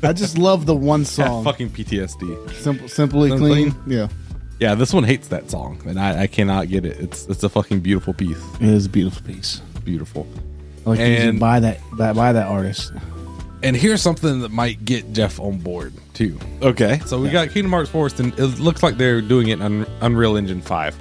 I just love the one song, Fucking PTSD. simple, simply Simple clean. Yeah, Yeah, this one hates that song, and I, I cannot get it. It's it's a fucking beautiful piece. it is a beautiful piece. Beautiful. I Like you And- should buy that, that buy that artist. And here's something that might get Jeff on board too. Okay. So we got Kingdom Hearts 4, and it looks like they're doing it on Unreal Engine 5,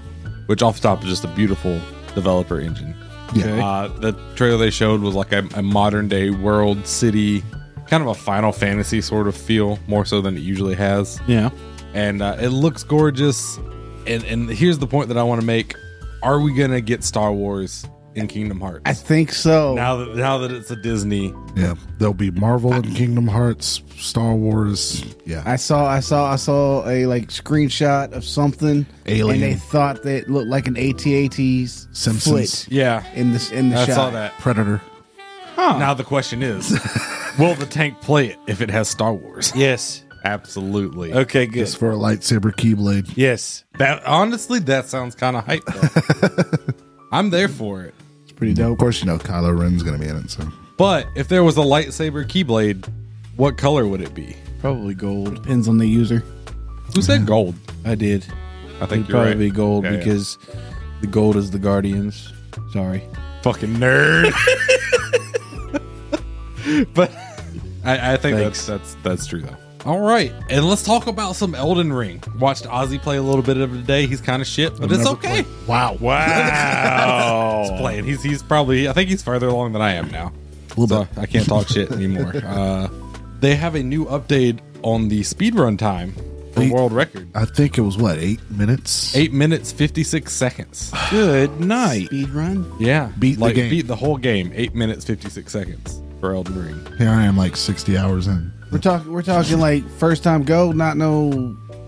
which off the top is just a beautiful developer engine. yeah. Uh, the trailer they showed was like a, a modern day world city, kind of a Final Fantasy sort of feel, more so than it usually has. Yeah. And uh, it looks gorgeous. And and here's the point that I want to make: Are we gonna get Star Wars in Kingdom Hearts. I think so. now that now that it's a Disney, Yeah, there'll be Marvel and Kingdom Hearts, Star Wars. Yeah, I saw I saw I saw a like screenshot of something Alien. and they thought that it looked like an ATAT's Simpsons. foot yeah, in the in the I shot. saw that. Predator. Now the question is, will the tank play it if it has Star Wars? Yes. Absolutely. Okay, good. It's for a lightsaber keyblade. Yes. That honestly, that sounds kind of hype. though. I'm there for it. Pretty dope. Of course, you know Kylo Ren's gonna be in it. So But if there was a lightsaber keyblade, what color would it be? Probably gold. Depends on the user. Who said gold? I did. I think It'd you're probably right. be gold Yeah, yeah. because the gold is the Guardians. Sorry. fucking nerd. but I, I think Thanks. that's that's that's true though. All right, and let's talk about some Elden Ring. Watched Ozzy play a little bit of it today. He's kind of shit, but it's okay. wow, Wow, he's playing. He's he's probably. I think he's farther along than I am now. So I can't talk shit anymore. Uh, they have a new update on the speedrun time for Eight- world record. I think it was what eight minutes. Eight minutes fifty six seconds. Good night. Speed run. Yeah, Beat the like game. beat the whole game. Eight minutes fifty six seconds for Elden Ring. Here I am, like sixty hours in. We're talking we're talking like first time go, not no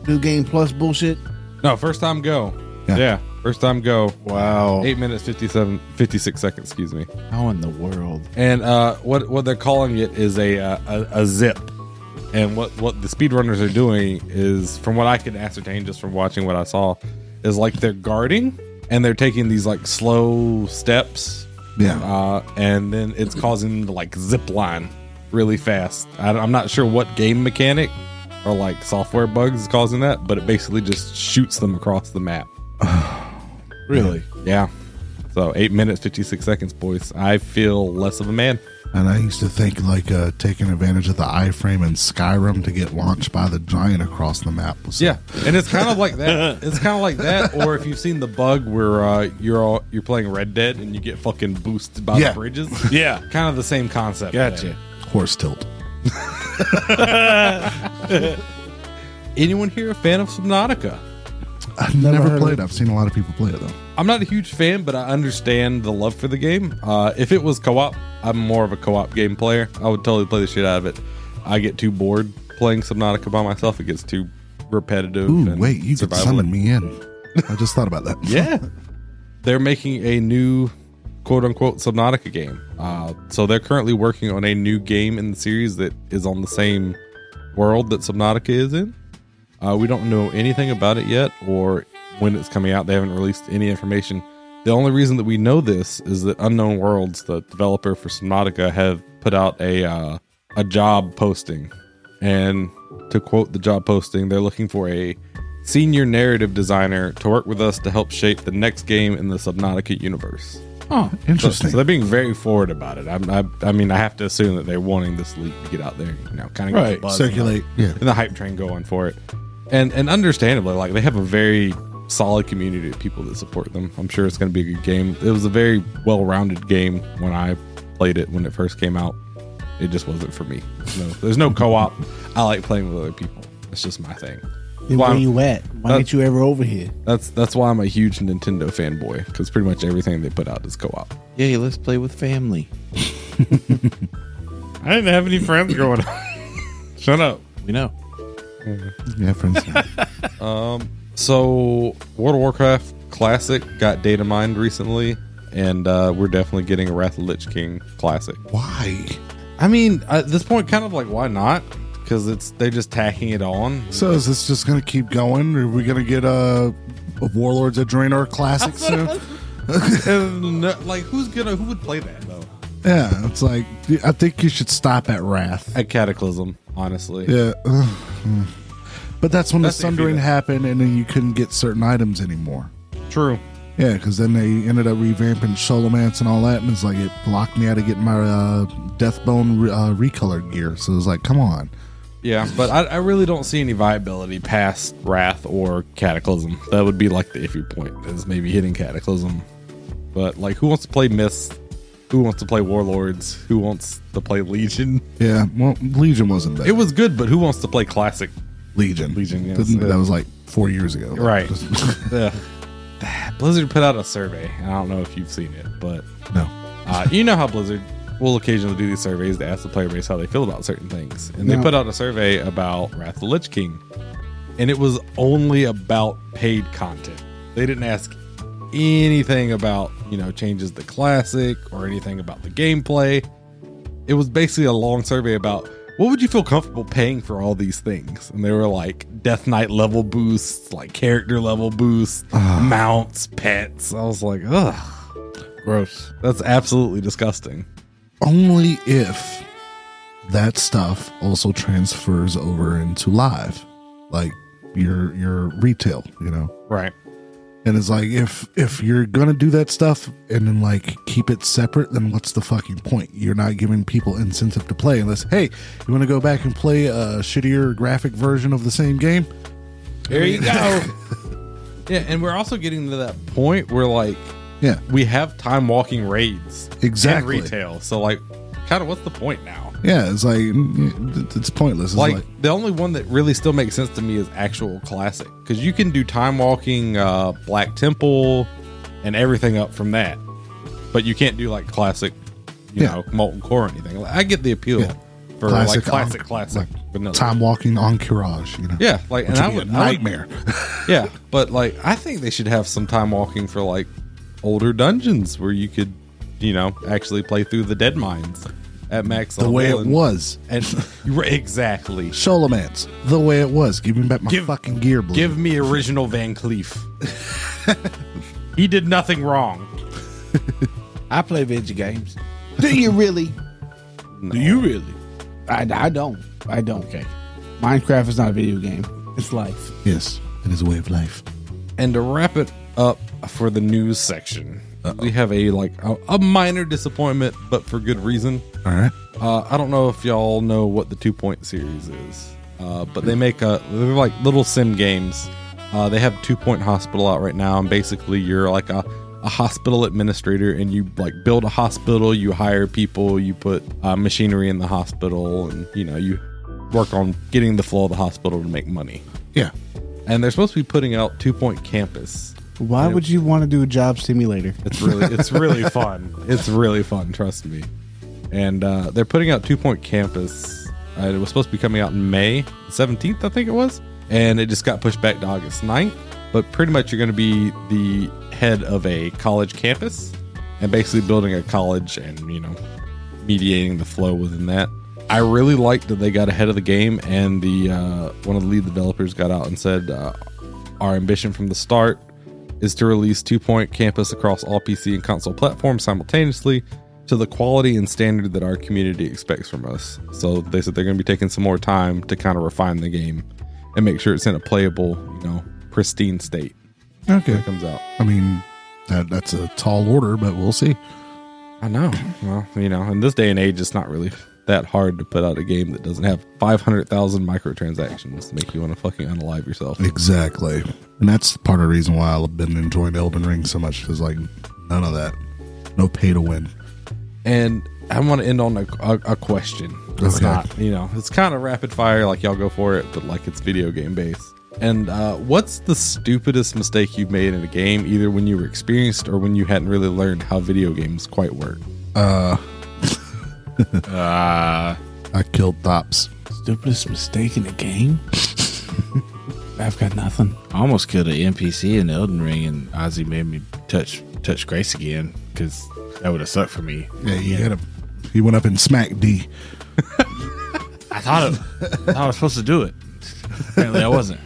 new game plus bullshit. No, first time go. Yeah. Yeah. First time go. Wow. Oh. 8 minutes 57 56 seconds, excuse me. How in the world? And uh what what they're calling it is a uh, a, a zip. And what what the speedrunners are doing is from what I can ascertain just from watching what I saw is like they're guarding and they're taking these like slow steps Yeah, uh and then it's causing them to like zip line really fast. I, I'm not sure what game mechanic or like software bugs is causing that, but it basically just shoots them across the map. Really? Yeah. So eight minutes, 56 seconds, boys. I feel less of a man. and I used to think like uh, taking advantage of the iframe in Skyrim to get launched by the giant across the map. Was And it's kind of like that. It's kind of like that. Or if you've seen the bug where uh, you're all, you're playing Red Dead and you get fucking boosted by Yeah. the bridges. Yeah. Kind of the same concept. Gotcha. horse tilt. Anyone here a fan of Subnautica? I've never, played. it. I've seen a lot of people play it though. I'm not a huge fan, but I understand the love for the game. Uh, if it was co-op, I'm more of a co-op game player. I would totally play the shit out of it. I get too bored playing Subnautica by myself. It gets too repetitive. Ooh, and wait, you could survival-y. summon me in. I just thought about that. Yeah. They're making a new quote unquote Subnautica game. Uh, so they're currently working on a new game in the series that is on the same world that Subnautica is in. Uh, we don't know anything about it yet or when it's coming out. They haven't released any information. The only reason that we know this is that Unknown Worlds, the developer for Subnautica, have put out a uh, a job posting, and to quote the job posting, they're looking for a senior narrative designer to work with us to help shape the next game in the Subnautica universe. Oh, So, interesting. so they're being very forward about it. I'm, I, I mean, I have to assume that they're wanting this leak to get out there, you know, kind of Right, Circulate. Yeah. and the hype train going for it. And and understandably, like they have a very solid community of people that support them. I'm sure it's going to be a good game. It was a very well-rounded game when I played it when it first came out. It just wasn't for me. No, there's no co-op. I like playing with other people. That's just my thing. Then Well, where I'm- you at? Why uh, ain't you ever over here? That's that's why I'm a huge Nintendo fanboy because pretty much everything they put out is co-op. Yay, let's play with family. I didn't have any friends growing up. Shut up. We know. Yeah, friends. So, World of Warcraft Classic got data mined recently, and uh, we're definitely getting a Wrath of Lich King Classic. Why? I mean, at this point, kind of like, why not? Because it's they're just tacking it on. So is this just gonna keep going? Are we gonna get uh, a Warlords of Draenor classic soon? And, uh, like, who's gonna who would play that though? Yeah, it's like I think you should stop at Wrath. A Cataclysm, honestly. Yeah, ugh, mm. but that's when That's the iffy, Sundering though. happened, and then you couldn't get certain items anymore. True. Yeah, because then they ended up revamping Solomance and all that, and it's like it blocked me out of getting my uh, Deathbone re- uh, recolor gear. So it was like, come on, Yeah, but I, I really don't see any viability past Wrath or Cataclysm. That would be like the iffy point is maybe hitting Cataclysm. But like, who wants to play Miss? Who wants to play Warlords? Who wants to play Legion? yeah. Well, Legion wasn't bad. It was good, but who wants to play Classic? Legion. Legion, yes, Didn't- yeah. that was like four years ago. Right. Just- Yeah. Blizzard put out a survey. and I don't know if you've seen it, but No. uh, you know how Blizzard will occasionally do these surveys to ask the player base how they feel about certain things. And they No. put out a survey about Wrath of the Lich King, and it was only about paid content. They didn't ask anything about, you know, changes to classic or anything about the gameplay. It was basically a long survey about what would you feel comfortable paying for all these things? And they were like Death Knight level boosts, like character level boosts, mounts, pets. I was like, ugh. Gross. That's absolutely disgusting. Only if that stuff also transfers over into live, like your your retail, you know. Right. And it's like if if you're gonna do that stuff and then like keep it separate, then what's the fucking point? You're not giving people incentive to play unless hey, you want to go back and play a shittier graphic version of the same game. There you go. yeah, and we're also getting to that point where like Yeah, we have time walking raids exactly. and retail. So like kind of what's the point now? Yeah, it's like mm, it's pointless. It's Like, like the only one that really still makes sense to me is actual classic cuz you can do time walking uh Black Temple and everything up from that. But you can't do like classic, you Yeah. know, molten core or anything. Like, I get the appeal Yeah. for like classic on- classic like vanilla. time walking on Courage. You know, Yeah, like and Which I would would be a I would- nightmare. Yeah, but like I think they should have some time walking for like older dungeons where you could, you know, actually play through the dead mines at max the level way it and- was. And you were- exactly. Sholomance, the way it was. Give me back my Give- fucking gear, blue. Give me original Van Cleef. he did nothing wrong. I play video games. Do you really? Do you really? I, I don't. I don't. Okay. Minecraft is not a video game. It's life. yes, it is a way of life. And to wrap it up for the news section, we have a like a, a minor disappointment, but for good reason. All right, Uh, I don't know if y'all know what the two point series is, uh, but they make a they're like little sim games. Uh, they have two point hospital out right now, and basically you're like a, a hospital administrator, and you like build a hospital, you hire people, you put uh, machinery in the hospital, and you know you work on getting the flow of the hospital to make money. yeah. And they're supposed to be putting out two point campus. Why would you want to do a job simulator? It's really it's really fun. It's really fun, trust me. And uh, they're putting out Two Point Campus. Uh, it was supposed to be coming out in May 17th, I think it was, and it just got pushed back to August 9th. But pretty much, you're going to be the head of a college campus and basically building a college and you know mediating the flow within that. I really liked that they got ahead of the game, and the uh, one of the lead developers got out and said, uh, "Our ambition from the start is to release Two Point Campus across all PC and console platforms simultaneously to the quality and standard that our community expects from us. So they said they're going to be taking some more time to kind of refine the game and make sure it's in a playable, you know, pristine state when Okay. it comes out. I mean, that, that's a tall order, but we'll see. I know. Well, you know, in this day and age, it's not really that hard to put out a game that doesn't have 500,000 microtransactions to make you want to fucking unalive yourself. Exactly, and that's part of the reason why I've been enjoying Elden Ring so much. Is like none of that, no pay to win. And I want to end on a, a, a question. It's Okay. not, you know, it's kind of rapid fire, like y'all go for it, but like it's video game based. And uh, what's the stupidest mistake you've made in a game, either when you were experienced or when you hadn't really learned how video games quite work? Uh, I killed Thops. Stupidest mistake in the game? I've got nothing. I almost killed an NPC in Elden Ring, and Ozzy made me touch touch Grace again because that would have sucked for me. Yeah, he hit him. He went up and smacked D. I thought, it, I thought I was supposed to do it. Apparently, I wasn't.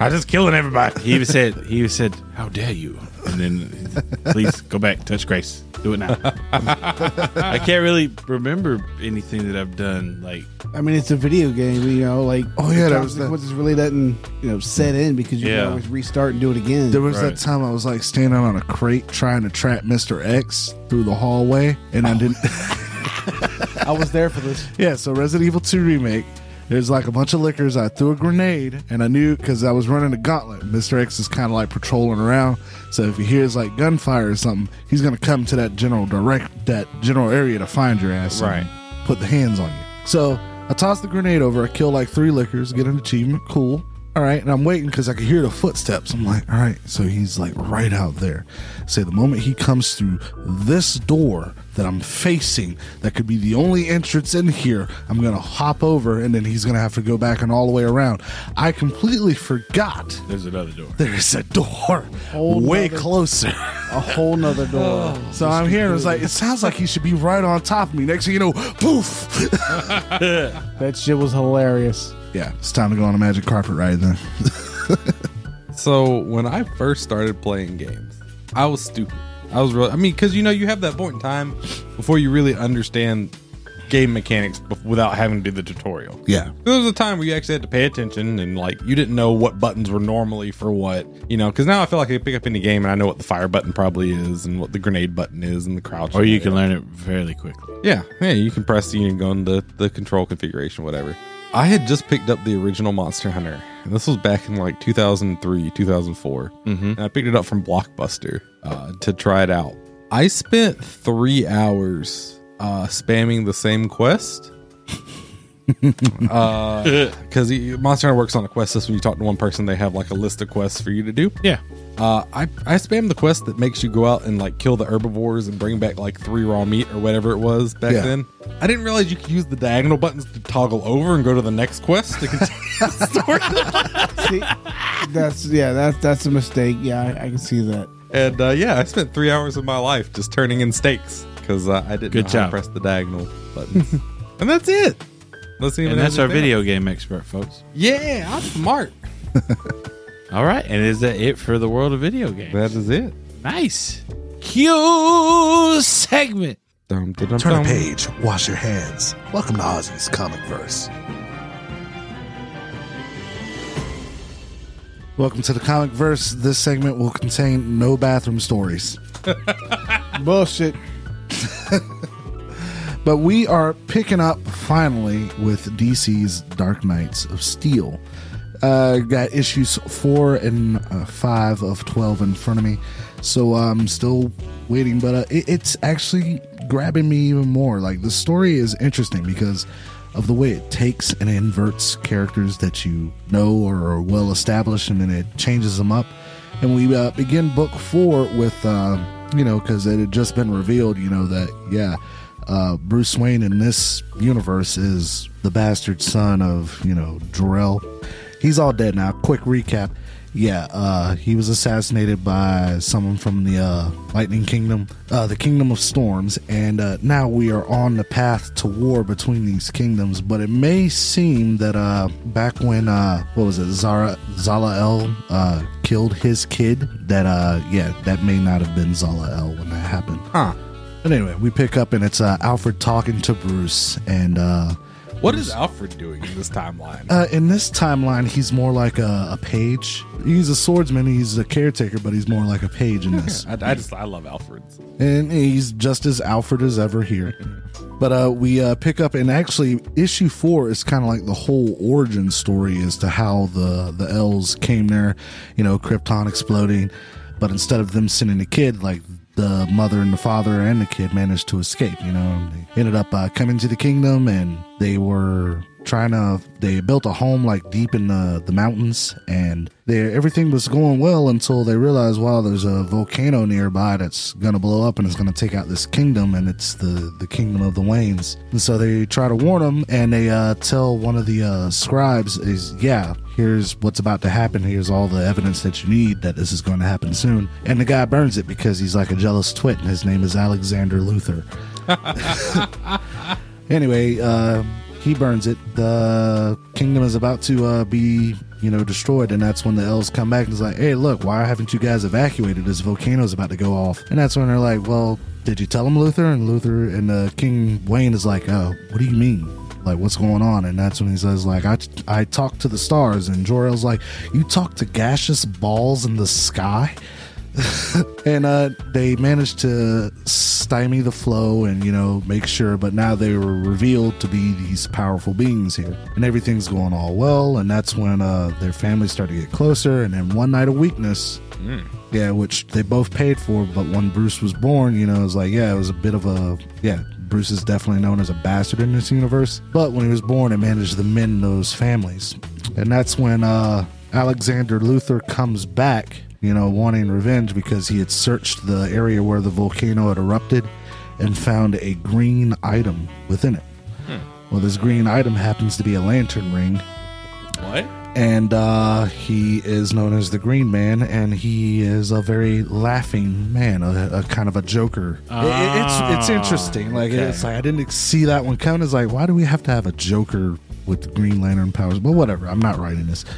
I was just killing everybody. He even said, "He even said, how dare you?" And then, please go back, touch grace, do it now. I can't really remember anything that I've done. Like, I mean, it's a video game, you know, like Oh, yeah, the that was the- consequences really doesn't, you know, set in because you Yeah. can always restart and do it again. There was Right. that time I was like standing on a crate trying to trap Mr. X through the hallway, and I didn't. I was there for this. yeah, so Resident Evil 2 remake. There's like a bunch of liquors. I threw a grenade, and I knew because I was running a gauntlet. Mr. X is kind of like patrolling around, so if he hears like gunfire or something, he's gonna come to that general direct that general area to find your ass, and Right. Put the hands on you. So I tossed the grenade over. I kill like three liquors, get an achievement, cool. All right, and I'm waiting because I can hear the footsteps. I'm like, all right, so he's like right out there. Say the moment he comes through this door that I'm facing, that could be the only entrance in here, I'm gonna hop over and then he's gonna have to go back and all the way around. I completely forgot There's another door. there's a door Whole way nother- closer. A whole nother door. So I'm here and it's like, it sounds like he should be right on top of me. Next thing you know, poof! That shit was hilarious. yeah, it's time to go on a magic carpet ride then. So when I first started playing games, I was stupid. I was really, I mean, because you know, you have that point in time before you really understand game mechanics bef- without having to do the tutorial. Yeah. There was a time where you actually had to pay attention and like you didn't know what buttons were normally for what, you know, because now I feel like I pick up any game and I know what the fire button probably is and what the grenade button is and the crouch. Or you button. can learn it fairly quickly. Yeah, yeah, you can press the and go into the, the control configuration, whatever. I had just picked up the original Monster Hunter, and this was back in like 2003, 2004. Mm-hmm. And I picked it up from Blockbuster uh, to try it out. I spent three hours uh, spamming the same quest. Because Monster Hunter works on a quest system. You talk to one person, they have like a list of quests for you to do. Yeah. Uh, I, I spam the quest that makes you go out and like kill the herbivores and bring back like three raw meat or whatever it was back Yeah. then. I didn't realize you could use the diagonal buttons to toggle over and go to the next quest. To continue the story. See, that's yeah, that's that's a mistake. Yeah, I, I can see that. and uh, yeah, I spent three hours of my life just turning in stakes because uh, I didn't Good know how to job. press the diagonal buttons. and that's it. Let's see. And that's our video game expert, folks. Yeah, I'm smart. All right. And is that it for the world of video games? That is it. nice. Cue segment. Dum, dum, dum, Turn dum. a page, wash your hands. Welcome to Ozzy's Comic Verse. Welcome to the comic verse. This segment will contain no bathroom stories. Bullshit. But we are picking up finally with DC's Dark Knights of Steel. Uh, got issues four and uh, five of twelve in front of me, so uh, I'm still waiting. But uh, it, it's actually grabbing me even more. Like the story is interesting because of the way it takes and inverts characters that you know or are well established, and then it changes them up. And we uh, begin book four with, um, you know, because it had just been revealed, you know, that, yeah, uh, Bruce Wayne in this universe is the bastard son of, you know, Jarrell. He's all dead now. Quick recap. Yeah, uh, he was assassinated by someone from the uh, Lightning Kingdom, uh, the Kingdom of Storms, and uh, now we are on the path to war between these kingdoms. But it may seem that uh, back when uh, what was it, Zara Zalael uh, killed his kid, that uh, yeah, that may not have been Zalael when that happened. Huh. But anyway, we pick up and it's uh, Alfred talking to Bruce, and uh, What is Alfred doing in this timeline? uh, in this timeline, he's more like a, a page. He's a swordsman, he's a caretaker, but he's more like a page in this. I, I just I love Alfred's. and he's just as Alfred as ever here. But uh, we uh, pick up, and actually, issue four is kind of like the whole origin story as to how the the elves came there. You know, Krypton exploding, but instead of them sending the kid, like the mother and the father and the kid managed to escape. You know, and they ended up uh, coming to the kingdom, and they were trying to they built a home like deep in the, the mountains and there everything was going well until they realized wow there's a volcano nearby that's gonna blow up and it's gonna take out this kingdom and it's the the kingdom of the waynes and so they try to warn them and they uh, tell one of the uh, scribes is yeah here's what's about to happen here's all the evidence that you need that this is going to happen soon and the guy burns it because he's like a jealous twit and his name is alexander luther anyway, uh, he burns it. The kingdom is about to uh, be, you know, destroyed, and that's when the elves come back and is like, "Hey, look, why haven't you guys evacuated? This volcano's about to go off." And that's when they're like, "Well, did you tell him, Luther?" And Luther and uh, King Wayne is like, "Oh, what do you mean?" Like what's going on, and that's when he says, "Like I, I talked to the stars," and Jor-El's like, "You talked to gaseous balls in the sky." and uh, they managed to stymie the flow and you know make sure but now they were revealed to be these powerful beings here and everything's going all well and that's when uh, their families start to get closer and then one night of weakness yeah which they both paid for but when bruce was born you know it was like yeah it was a bit of a yeah bruce is definitely known as a bastard in this universe but when he was born it managed to mend those families and that's when uh Alexander Luther comes back, you know, wanting revenge because he had searched the area where the volcano had erupted and found a green item within it. Well, this green item happens to be a lantern ring, What? and uh, he is known as the Green Man, and he is a very laughing man, a, a kind of a joker. It- it- it's it's interesting. Like it's like I didn't ex- see that one coming. It's like why do we have to have a joker with Green Lantern powers? But whatever. I'm not writing this.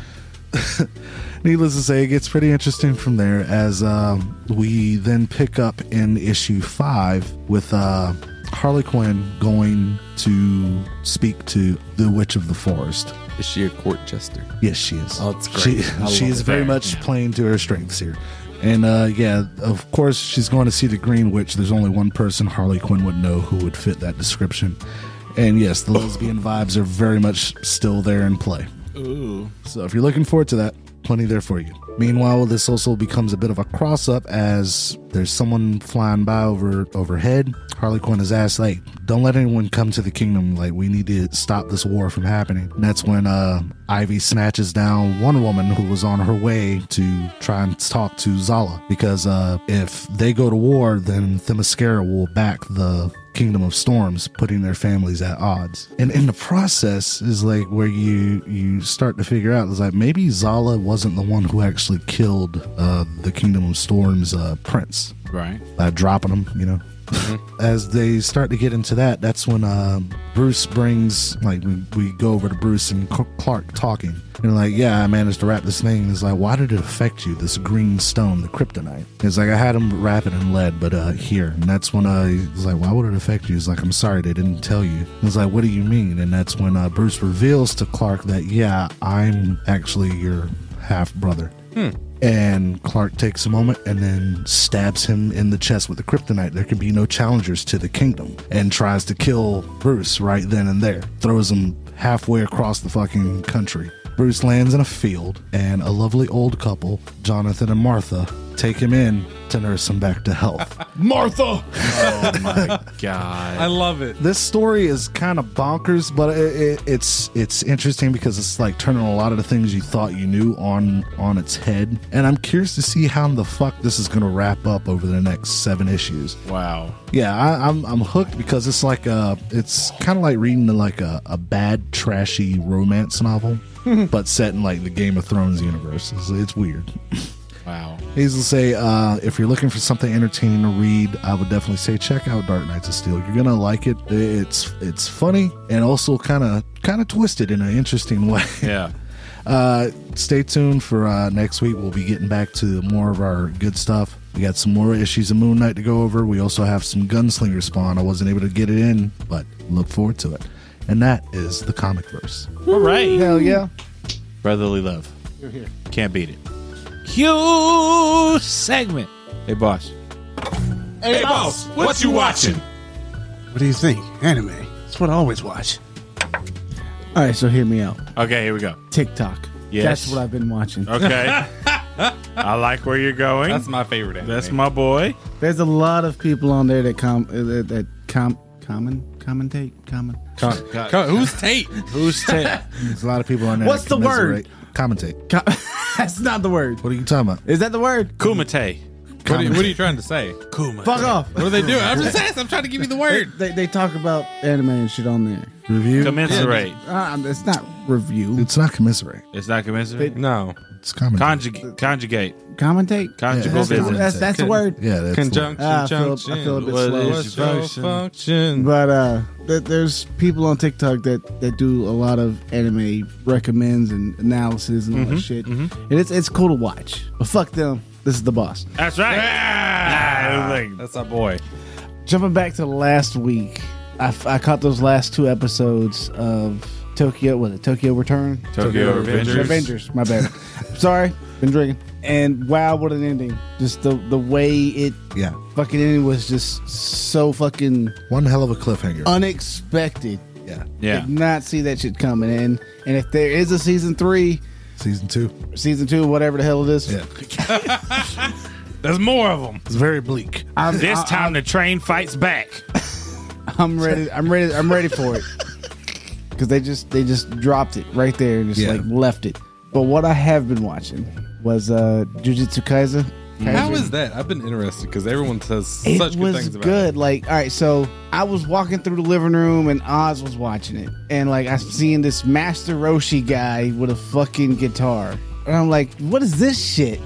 Needless to say, it gets pretty interesting from there as um, we then pick up in issue five with uh, Harley Quinn going to speak to the Witch of the Forest. Is she a court jester? Yes, she is. Oh, that's She, great. I she love is it. very much playing to her strengths here. And uh, yeah, of course, she's going to see the Green Witch. There's only one person Harley Quinn would know who would fit that description. And yes, the lesbian vibes are very much still there in play. So if you're looking forward to that, plenty there for you. Meanwhile, this also becomes a bit of a cross up as there's someone flying by over overhead. Harley Quinn is asked, like, don't let anyone come to the kingdom. Like, we need to stop this war from happening. And that's when uh, Ivy snatches down one woman who was on her way to try and talk to Zala because uh, if they go to war, then Themyscira will back the kingdom of storms putting their families at odds and in the process is like where you you start to figure out is like maybe zala wasn't the one who actually killed uh, the kingdom of storms uh, prince Right. by uh, dropping them, you know. As they start to get into that, that's when um, Bruce brings, like, we, we go over to Bruce and C- Clark talking. And, like, yeah, I managed to wrap this thing. It's like, why did it affect you, this green stone, the kryptonite? It's like, I had him wrap it in lead, but uh, here. And that's when uh, he's like, why would it affect you? He's like, I'm sorry, they didn't tell you. It's like, what do you mean? And that's when uh, Bruce reveals to Clark that, yeah, I'm actually your half brother. And Clark takes a moment and then stabs him in the chest with the kryptonite. There can be no challengers to the kingdom. And tries to kill Bruce right then and there. Throws him halfway across the fucking country. Bruce lands in a field, and a lovely old couple, Jonathan and Martha, take him in to nurse him back to health. Martha! Oh God. I love it. this story is kind of bonkers, but it, it, it's it's interesting because it's like turning a lot of the things you thought you knew on on its head. And I'm curious to see how in the fuck this is going to wrap up over the next seven issues. Wow. Yeah, I, I'm I'm hooked because it's like a it's kind of like reading like a, a bad trashy romance novel, but set in like the Game of Thrones universe. It's, it's weird. Wow. Hazel say, uh, if you're looking for something entertaining to read, I would definitely say check out Dark Knights of Steel. You're gonna like it. It's it's funny and also kind of kind of twisted in an interesting way. Yeah. Uh, stay tuned for uh, next week. We'll be getting back to more of our good stuff. We got some more issues of Moon Knight to go over. We also have some Gunslinger Spawn. I wasn't able to get it in, but look forward to it. And that is the comic verse. All right. Hell yeah. Brotherly love. You're here. Can't beat it. Q segment. Hey, boss. Hey, boss, Oh, what you watching? What do you think? Anime. It's what I always watch. All right, so hear me out. Okay, here we go. TikTok. Yes. That's what I've been watching. Okay. I like where you're going. That's my favorite anime. That's my boy. There's a lot of people on there that com uh, that, that com comment commentate comment. Co- Who's Tate? Who's Ted? There's a lot of people on there. What's that the commiserate- Commentate. Com- That's not the word. What are you talking about? Is that the word? Kumite. What are, you, what are you trying to say? Fuck off. What are they doing? I'm just asking. I'm trying to give you the They, word. they, they talk about anime and shit on there. Review. Commensurate. Uh, it's not review. it's not commiserate. It's not commensurate. No. It's commentate. Conjugate. Conjugate. Commentate. Conjugal Yeah, That's, visit. that's, that's the word. yeah, that's the word. Conjunction. Ah, I feel- I junction. feel a bit What slow. is your Function. function? But uh, th- there's people on TikTok that, that do a lot of anime recommends and analysis and all that shit, and it's it's cool to watch. But fuck them. This is the boss. That's right. Ah, like- That's our boy. Jumping back to last week, I, f- I caught those last two episodes of Tokyo. Was it Tokyo Return? Tokyo Revengers. Avengers. My bad. Sorry, been drinking. And wow, what an ending! Just the the way it Yeah. fucking ended was just so fucking One hell of a cliffhanger. Uh, unexpected. yeah. Yeah. Did not see that shit coming in. And if there is a season three, Season two. season two, whatever the hell it is, Yeah. There's more of them. It's very bleak. I'm, This I- time the train fights back. I'm ready. I'm ready. I'm ready for it. Because they just they just dropped it right there and just Yeah. like left it. But what I have been watching was uh, Jujutsu Kaisen. How Kaisen. is that? I've been interested because everyone says It such good was things about it. good. Like, all right, so I was walking through the living room and Oz was watching it, and like I'm seeing this Master Roshi guy with a fucking guitar, and I'm like, what is this shit?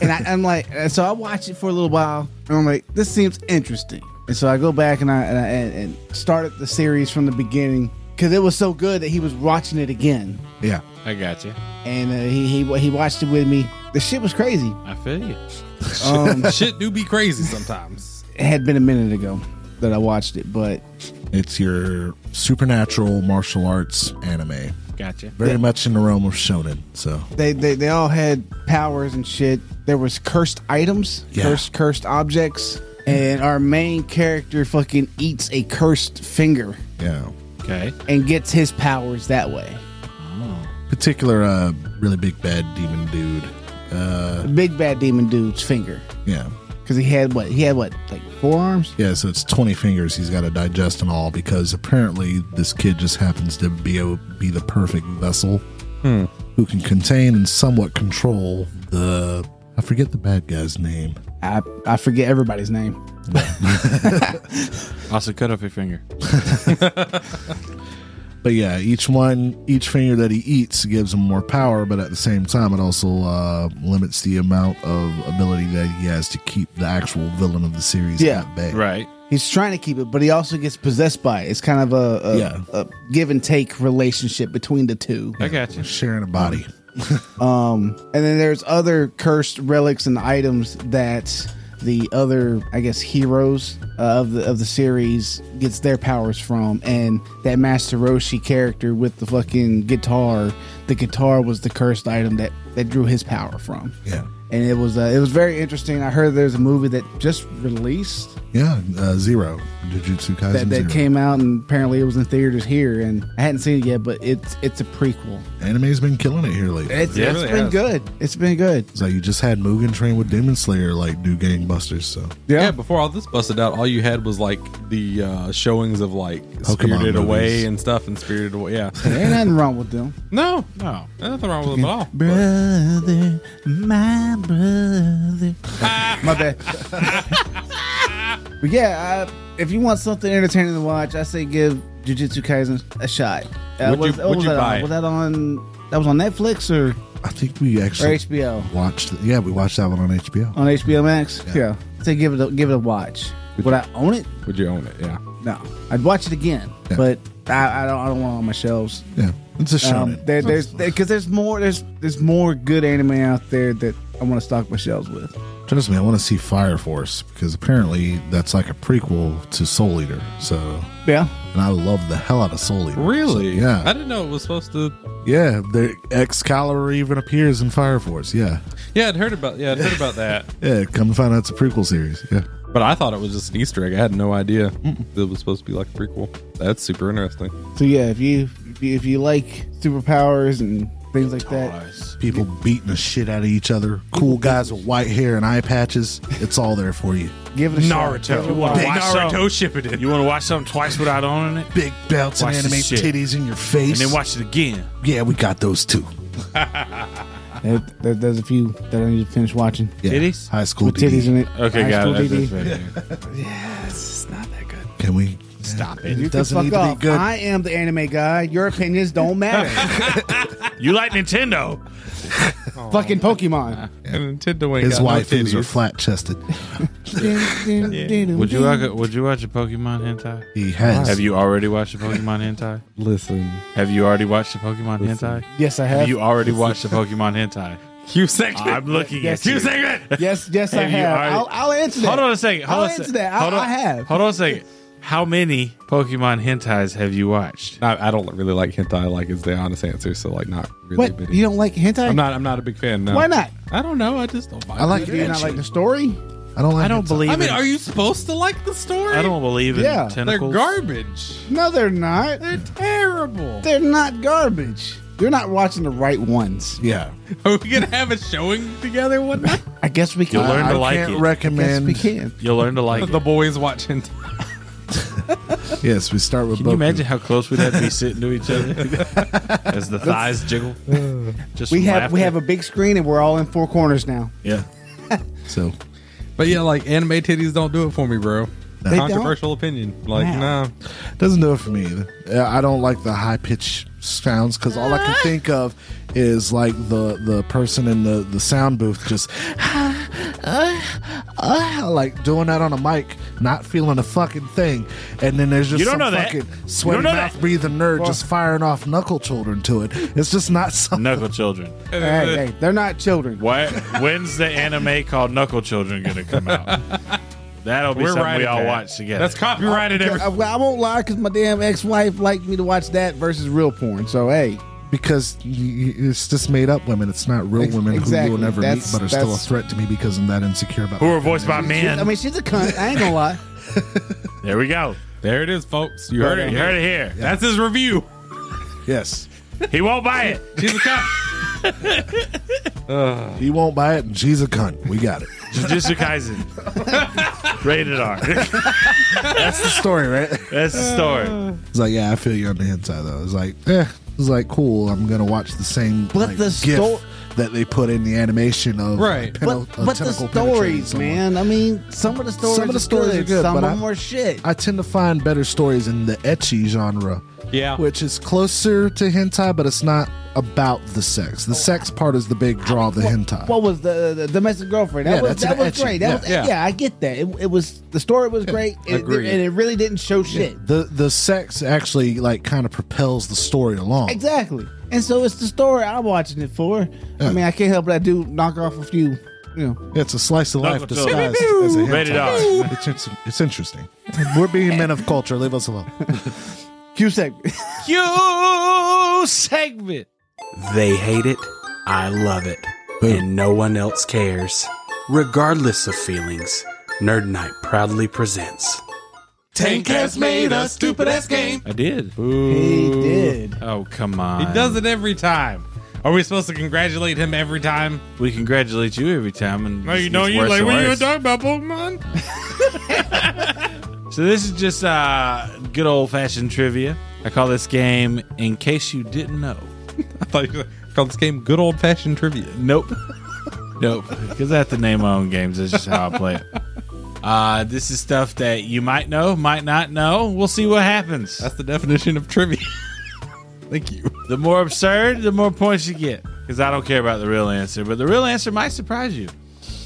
And I, I'm like, and so I watch it for a little while, and I'm like, this seems interesting, and so I go back and I and, I, and, and started the series from the beginning because it was so good that he was watching it again, Yeah. I got you. and uh, he he he watched it with me. The shit was crazy. I feel you. Um, Shit do be crazy sometimes. it had been a minute ago that I watched it, but It's your supernatural martial arts anime. Gotcha. Very much in the realm of shonen. So they, they they all had powers and shit. There was cursed items, Yeah. cursed cursed objects, and our main character fucking eats a cursed finger yeah. Okay. and gets his powers that way. Particular uh really big bad demon dude. Uh The big bad demon dude's finger yeah. because he had what he had what like forearms. Yeah, so it's 20 fingers he's got to digest and all because apparently this kid just happens to be a, be the perfect vessel who can contain and somewhat control the I forget the bad guy's name. I I forget everybody's name. Also, cut off your finger. But yeah, each one each finger that he eats gives him more power, but at the same time it also uh, limits the amount of ability that he has to keep the actual villain of the series Yeah. at bay. Right. He's trying to keep it, but he also gets possessed by it. It's kind of a, a, Yeah. a give and take relationship between the two. I got you. Sharing a body. Um, and then there's other cursed relics and items that the other, I guess, heroes uh, of the of the series gets their powers from. And that Master Roshi character with the fucking guitar, the guitar was the cursed item that that drew his power from. Yeah. And it was uh, it was very interesting. I heard there's a movie that just released Yeah, uh, Zero. Jujutsu Kaisen that, Zero. that came out, and apparently it was in theaters here, and I hadn't seen it yet, but it's it's a prequel. Anime's been killing it here lately. It's, Yeah, it it's really been has. good. It's been good. It's like you just had Mugen Train with Demon Slayer like do gangbusters. So Yeah. before all this busted out, all you had was like the uh, showings of like movies. Spirited Away and stuff, and Spirited Away. Yeah, There ain't nothing wrong with them. no, No. nothing wrong with them at all. Brother, my brother. my bad. but yeah, I, if you want something entertaining to watch, I say give Jujutsu Kaisen a shot. Uh, Would was, you- what would was you that buy on? it? Was that on? That was on Netflix or, I think we or actually HBO? watched. Yeah, we watched that one on HBO. On HBO Max. Yeah. I say give it a, give it a watch. Would I own it? Would you own it? Yeah, No, I'd watch it again, Yeah. but I, I don't. I don't want it on my shelves. Yeah, it's a Um, shonen. there, there's because there's more. There's there's more good anime out there that I want to stock my shelves with. Trust me, I want to see Fire Force because apparently that's like a prequel to Soul Eater. So, Yeah. and I love the hell out of Soul Eater. So, really? I yeah, didn't know it was supposed to. yeah. The Excalibur even appears in Fire Force. Yeah, Yeah, I'd heard about. Yeah, I'd heard about that, yeah. Come to find out, it's a prequel series. Yeah. but I thought it was just an Easter egg. I had no idea that it was supposed to be like a prequel. That's super interesting. So yeah, if you if you, if you like superpowers and things like that, People beating the shit out of each other. Cool guys with white hair and eye patches. It's all there for you. give it a shot. Give it a watch. Naruto Shippuden. You want to watch something twice without owning it, Big belts Watch and this anime shit. titties in your face. and then watch it again. Yeah, we got those too. There, there- there's a few that I need to finish watching. Yeah. Titties? High school With titties DD. in it. Okay, High got School it. That's- DD. that's right. Can we stop it? You It can doesn't fuck need to off. be good. I am the anime guy. Your opinions don't matter. You like Nintendo? Fucking Pokemon. And Nintendo ain't His got no waifus are titties. flat chested. Would you like? A, would you watch a Pokemon hentai? He has. Have you already watched the Pokemon hentai? Listen, Have you already watched the Pokemon hentai? Yes, I Have have. you already watched the Pokemon hentai? Q section. I'm looking Yes, at you. you- Yes, yes, I Have you have. already- I'll, I'll answer that. Hold on a second. Hold I'll on a answer sec- that. I- hold on- I have. Hold on a second. How many Pokemon hentais have you watched? I, I don't really like hentai. Like, is the honest answer? So, like, not really. but- What? You don't like hentai? I'm not. I'm not a big fan. No. Why not? I don't know. I just don't. Buy I like Do you it. not like the story? I don't like. I don't hentai. believe. I mean, in, are you supposed to like the story? I don't believe in Yeah, They're tentacles. garbage. No, they're not. They're terrible. They're not garbage. You're not watching the right ones. Yeah. Are we gonna have a showing together one night? I guess we can. You'll learn I to like can't it. recommend. Yes, we can. You'll learn to like it. the boys watching. yes, we start with Can Boku. you imagine how close we'd have to be sitting to each other as the thighs jiggle? Just Uh, We have we have laughter. a big screen and we're all in four corners now. yeah. so But yeah, like anime titties don't do it for me, bro. They don't? Controversial opinion. Like, Wow. nah. doesn't do it for me either. Uh, I don't like the high pitched sounds because all I Ah. can think of is like the the person in the the sound booth just uh, like doing that on a mic, not feeling a fucking thing, and then there's just You don't some know that. fucking You don't sweaty know mouth that. breathing nerd just firing off knuckle children to it. It's just not something. Knuckle children. Hey, hey, they're not children. Why, when's the anime called Knuckle Children going to come out? That'll be We're something we writing all that. watch together. That's copyrighted every I, I won't lie because my damn ex-wife liked me to watch that versus real porn. So hey, because y- y- it's just made up women. It's not real Ex- women who exactly. you'll never That's- meet, but are still a that's- threat to me because I'm that insecure about. Who are voiced by she- men. I mean she's a cunt. I ain't gonna lie. there we go. There it is, folks. You heard it. You heard it here. That's his review. yes, He won't buy it. She's a cop. he won't buy it, and she's a cunt. We got it. Jujutsu Kaisen. Rated R. That's the story, right? That's the story. It's like, yeah, I feel you on the hentai though. It's like, eh. It's like, cool. I'm gonna watch the same But like, the gif sto- that they put in the animation of Right. penal- But, of but the tentacle penetrating stories, someone. man. I mean, some of the stories, Some of the stories are good, good, Some but of I- them are shit. I tend to find better stories in the etchy genre. Yeah. Which is closer to hentai, but it's not about the sex. Oh. The sex part is the big draw of the hentai. what was the, the domestic girlfriend? That Yeah, was that's that an was etching. great. That Yeah. was, yeah. Yeah. I get that. It, it was the story was great, and, it- agreed. and it really didn't show shit. the the sex actually like kind of propels the story along. Exactly. And so it's the story I'm watching it for. Yeah. I mean, I can't help but I do knock off a few. You know, It's a slice of life Knuckle toe. disguised as a hentai. Rated R. It's, it's, it's interesting. We're being men of culture. Leave us alone. Q segment. You segment. They hate it, I love it, and no one else cares. Regardless of feelings, Nerd Night proudly presents. Tankcast made a stupid ass game. I did. he did. Oh, come He on. does it every time. Are we supposed to congratulate him every time? We congratulate you every time. And No, you it's know you worse like and what you were worse. talking about Pokemon. So this is just uh, good old fashioned trivia. I call this game "In Case You Didn't Know." I thought you called this game good old fashioned trivia. Nope, nope. Because I have to name my own games. That's just how I play it. Uh, this is stuff that you might know, might not know. We'll see what happens. That's the definition of trivia. Thank you. The more absurd, the more points you get. Because I don't care about the real answer, but the real answer might surprise you.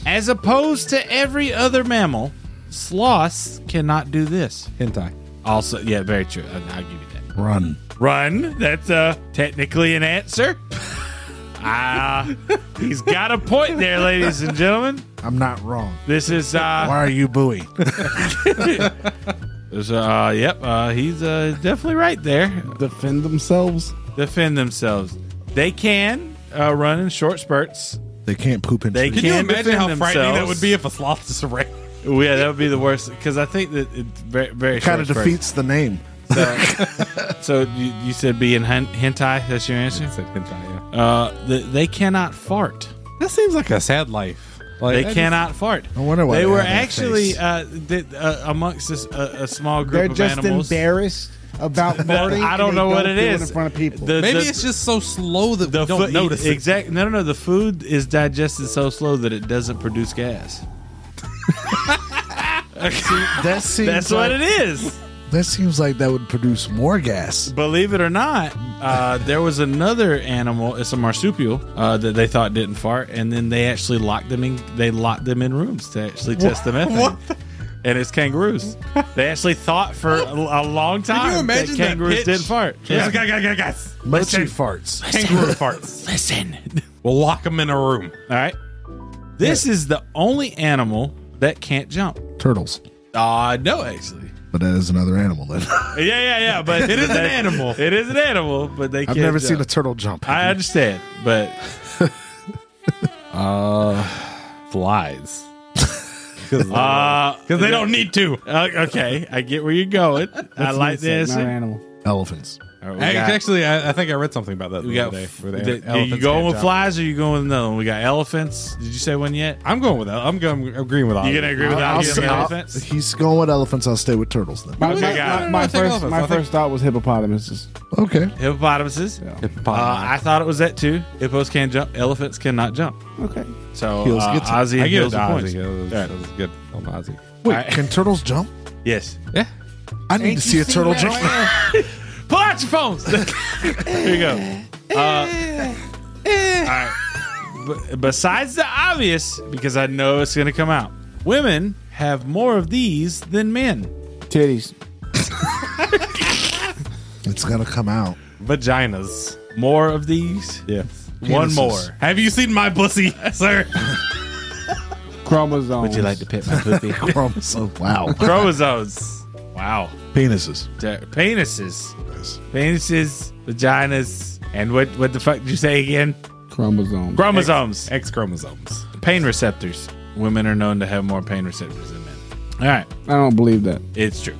As opposed to every other mammal, sloths cannot do this. Hentai. Also, yeah, very true. I- I'll give you that. Run. Run. That's uh, technically an answer. Ah, he's got a point there, ladies and gentlemen. I'm not wrong. This is uh, Why are you buoy? this, uh yep. Uh, he's uh, definitely right there. Defend themselves. Defend themselves. They can uh, run in short spurts. They can't poop in They trees. Can you Can't imagine defend how frightening that themselves. would be if a sloth just ran? Well, yeah, that would be the worst because I think that it's very, very Kind of short spurts. defeats the name. So you, you said being hen- hentai. That's your answer. Uh, th they cannot fart. That seems like a sad life. Like, They I cannot fart. I wonder why they they were have that actually face. uh, th- uh, amongst this, uh, a small group They're of just animals. embarrassed about farting. I and don't they know what it do in is. front of people. The- Maybe the- it's just so slow that the we don't food, e, notice it. exact. No, no, no. The food is digested so slow that it doesn't produce gas. That seems That's like, what it is. That seems like that would produce more gas. Believe it or not, uh, there was another animal. It's a marsupial uh, that they thought didn't fart, and then they actually locked them in. They locked them in rooms to actually test the methane. And it's kangaroos. They actually thought for a, a long time Can you imagine that that kangaroos pitch? didn't fart. Guys, guys, guys, guys. Mochi farts. Kangaroo farts. Listen. We'll lock him in a room. All right. This is the only animal that can't jump. Turtles. Uh no, actually. But that is another animal then. Yeah, yeah, yeah. But it is an animal. It is an animal, but they I've can't. never jump. seen a turtle jump. uh, I understand, but Flies. uh, Because they don't need to. o- okay, I get where you're going. I like It's this. not an All animal. Elephants. All right, we I- got- actually, I, I think I read something about that. We the got. other day. where the the- are elephants you going can't with jump. flies or you going with another one? We got elephants. Did you say one yet? I'm going with that. I'm going. I'm agreeing with. You gonna agree with I'll that? stay- I'll- he's going with elephants. I'll stay with turtles then. My, my- got it. my- No, my no, take first, off. I my think- first thought was hippopotamuses. Okay. Hippopotamuses. Uh, I thought it was that too. Hippos can jump. Elephants cannot jump. Okay. So Heels uh, gets it. Ozzy I give it and Heels to are points. Ozzy. That was, that All right. was good. on Ozzy. Wait, can turtles jump? Yes. I need to see a turtle jump. Pull out your phones. Here you go. Uh, all right. B- besides the obvious, because I know it's going to come out, women have more of these than men. Titties. It's gonna come out. Vaginas. More of these? Yes. One Penises. more. Have you seen my pussy, sir? Chromosomes. Would you like pit my poopy? Chromosome. Wow. Chromosomes. Wow. Penises. Da- Penises. Penises, vaginas, and what, what the fuck did you say again? Chromosomes. Chromosomes. X chromosomes. Pain receptors. Women are known to have more pain receptors than men. All right. I don't believe that. It's true.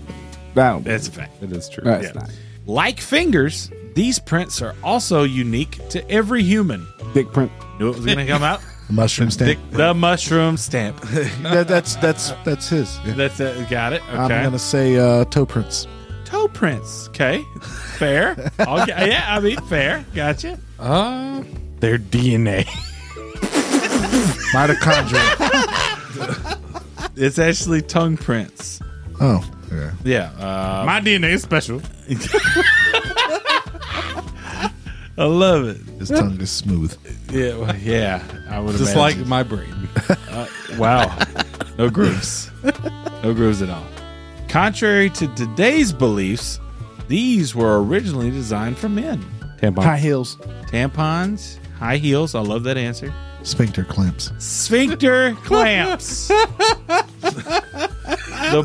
That That's a fact. It is true. that's yeah. not. Like fingers, these prints are also unique to every human. Dick print. Knew it was going to come out. Mushroom stamp. The mushroom stamp. That- that's that's that's his. Yeah. That's it. Got it. I'm Okay. gonna say uh, toe prints. Toe prints. Okay. Fair. Okay. Yeah. I mean, fair. Gotcha. Uh, their DNA. Mitochondria. It's actually tongue prints. oh. Yeah. Yeah. Uh, My DNA is special. I love it. His tongue is smooth. Yeah. well, yeah. I would Just like imagine. my brain. Wow. No grooves. No grooves at all. Contrary to today's beliefs, these were originally designed for men. High heels. Tampons, high heels. I love that answer. Sphincter clamps. Sphincter clamps. the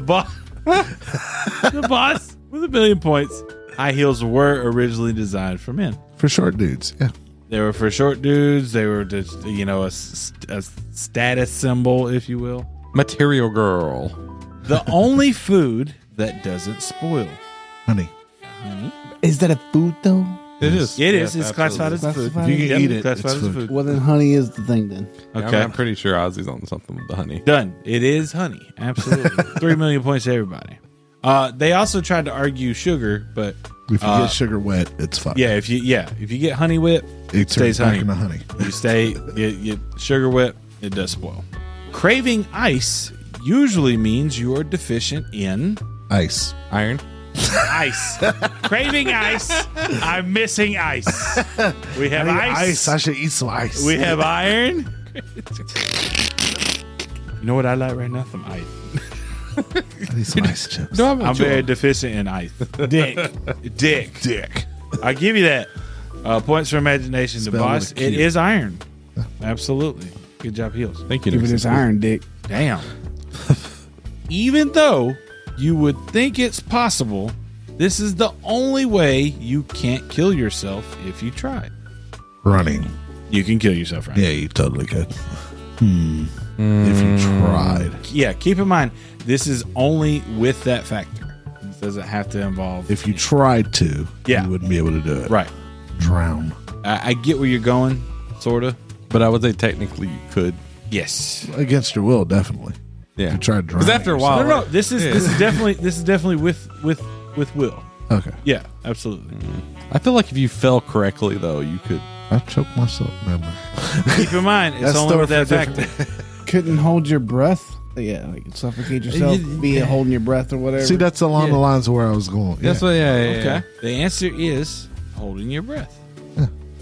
boss. the boss with a billion points. High heels were originally designed for men. For short dudes. Yeah. They were for short dudes. They were just, you know, a, s- a status symbol, if you will. Material girl. The only food that doesn't spoil. Honey. Is that a food though? It is. It is. Yes, it's classified absolutely. as food. Classified You can as eat food. it. Classified It's as food. food. Well, then honey is the thing then. I'm- Okay. I'm pretty sure Ozzy's on something with the honey. Done. It is honey. Absolutely. Three million points to everybody. Uh, they also tried to argue sugar, but If you Uh, get sugar wet, it's fucked. yeah, if you yeah if you get honey whip, It stays turns back honey. into honey. you stay you, you sugar whip, it does spoil. Craving ice usually means you are deficient in Ice. Iron. ice. Craving ice. I'm missing ice. We have Ice. I should eat some ice. We have iron. you know what I like right now? Some ice. I need some ice chips. I'm very deficient in ice. Dick. Dick. Dick. I give you that. Uh, points for imagination. the Spell boss. with a It Q. is iron. Absolutely. Good job, heels. Thank you. Give it Nixon. this iron dick. Damn. Even though you would think it's possible, this is the only way you can't kill yourself if you try. Running. You can kill yourself, right? Yeah, you totally could. Hmm. If you tried. yeah, keep in mind this is only with that factor. This doesn't have to involve If you tried to, Yeah. you wouldn't be able to do it. right. Drown. I, I get where you're going, sorta. But I would say technically you could. Yes. Against your will, definitely. Yeah. You tried drowning. Because after a while, No, no, no, like- this is Yeah. this is definitely this is definitely with with with will. Okay. Yeah, absolutely. I feel like if you fell correctly though, you could. I choked myself. Never mind. Keep in mind, it's That's only with that story for a factor. Couldn't hold your breath. Yeah, like suffocate yourself, be it holding your breath or whatever. See, that's along Yeah. the lines of where I was going. That's yeah. what. Yeah. yeah, Okay. The answer is holding your breath.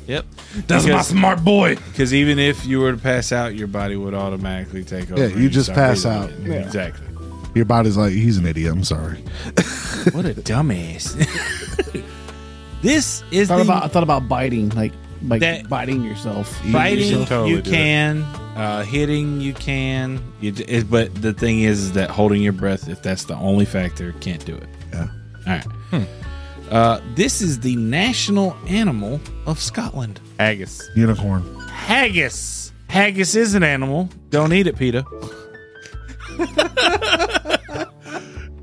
Yep. That's my because, smart boy. because even if you were to pass out, your body would automatically take over. Yeah, and you just start pass breathing out. again. Exactly. Your body's like, he's an idiot. I'm sorry. What a dumbass. this is thought the about I thought about biting, like like That- biting yourself. biting you, totally do it. can, uh, hitting you can. You, d- it, but the thing is, is that holding your breath, if that's the only factor, can't do it. Yeah. All right. Uh, this is the national animal of Scotland. Haggis. Unicorn. Haggis. Haggis is an animal. Don't eat it, Peter.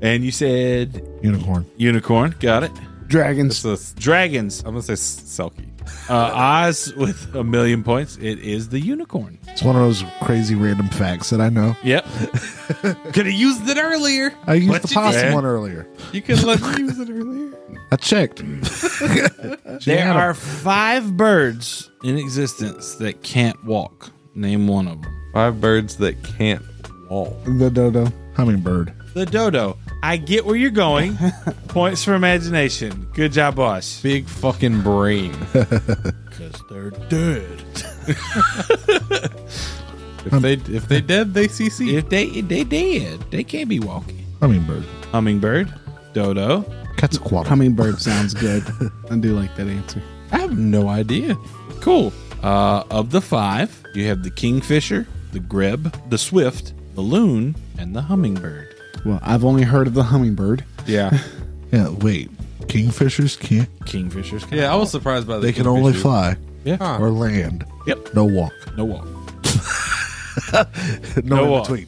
and you said Unicorn. unicorn. Got it. Dragons. Dragons. I'm gonna say Selkie. Uh, Oz with a million points. It is the unicorn. It's one of those crazy random facts that I know. Yep. Could have used it earlier. I used But the you possum didn't. one earlier. You could let me use it earlier. I checked. There are five birds in existence that can't walk. Name one of them. Five birds that can't walk. the dodo. Hummingbird. The dodo. I get where you're going. Points for imagination. Good job, boss. Big fucking brain. Because they're dead. If they if they dead, they CC. If they if they dead, they can't be walking. Hummingbird. Hummingbird, dodo. Quetzalcoatl. Hummingbird sounds good. I do like that answer. I have no idea. Cool. Uh, of the five, you have the kingfisher, the greb, the swift, the loon, and the hummingbird. Well, I've only heard of the hummingbird. Yeah, Yeah, wait. Kingfishers can't. kingfishers. Can Yeah, I was surprised by that. They can only fly Yeah. or land. Yep. No walk. No walk. No, in walk. between.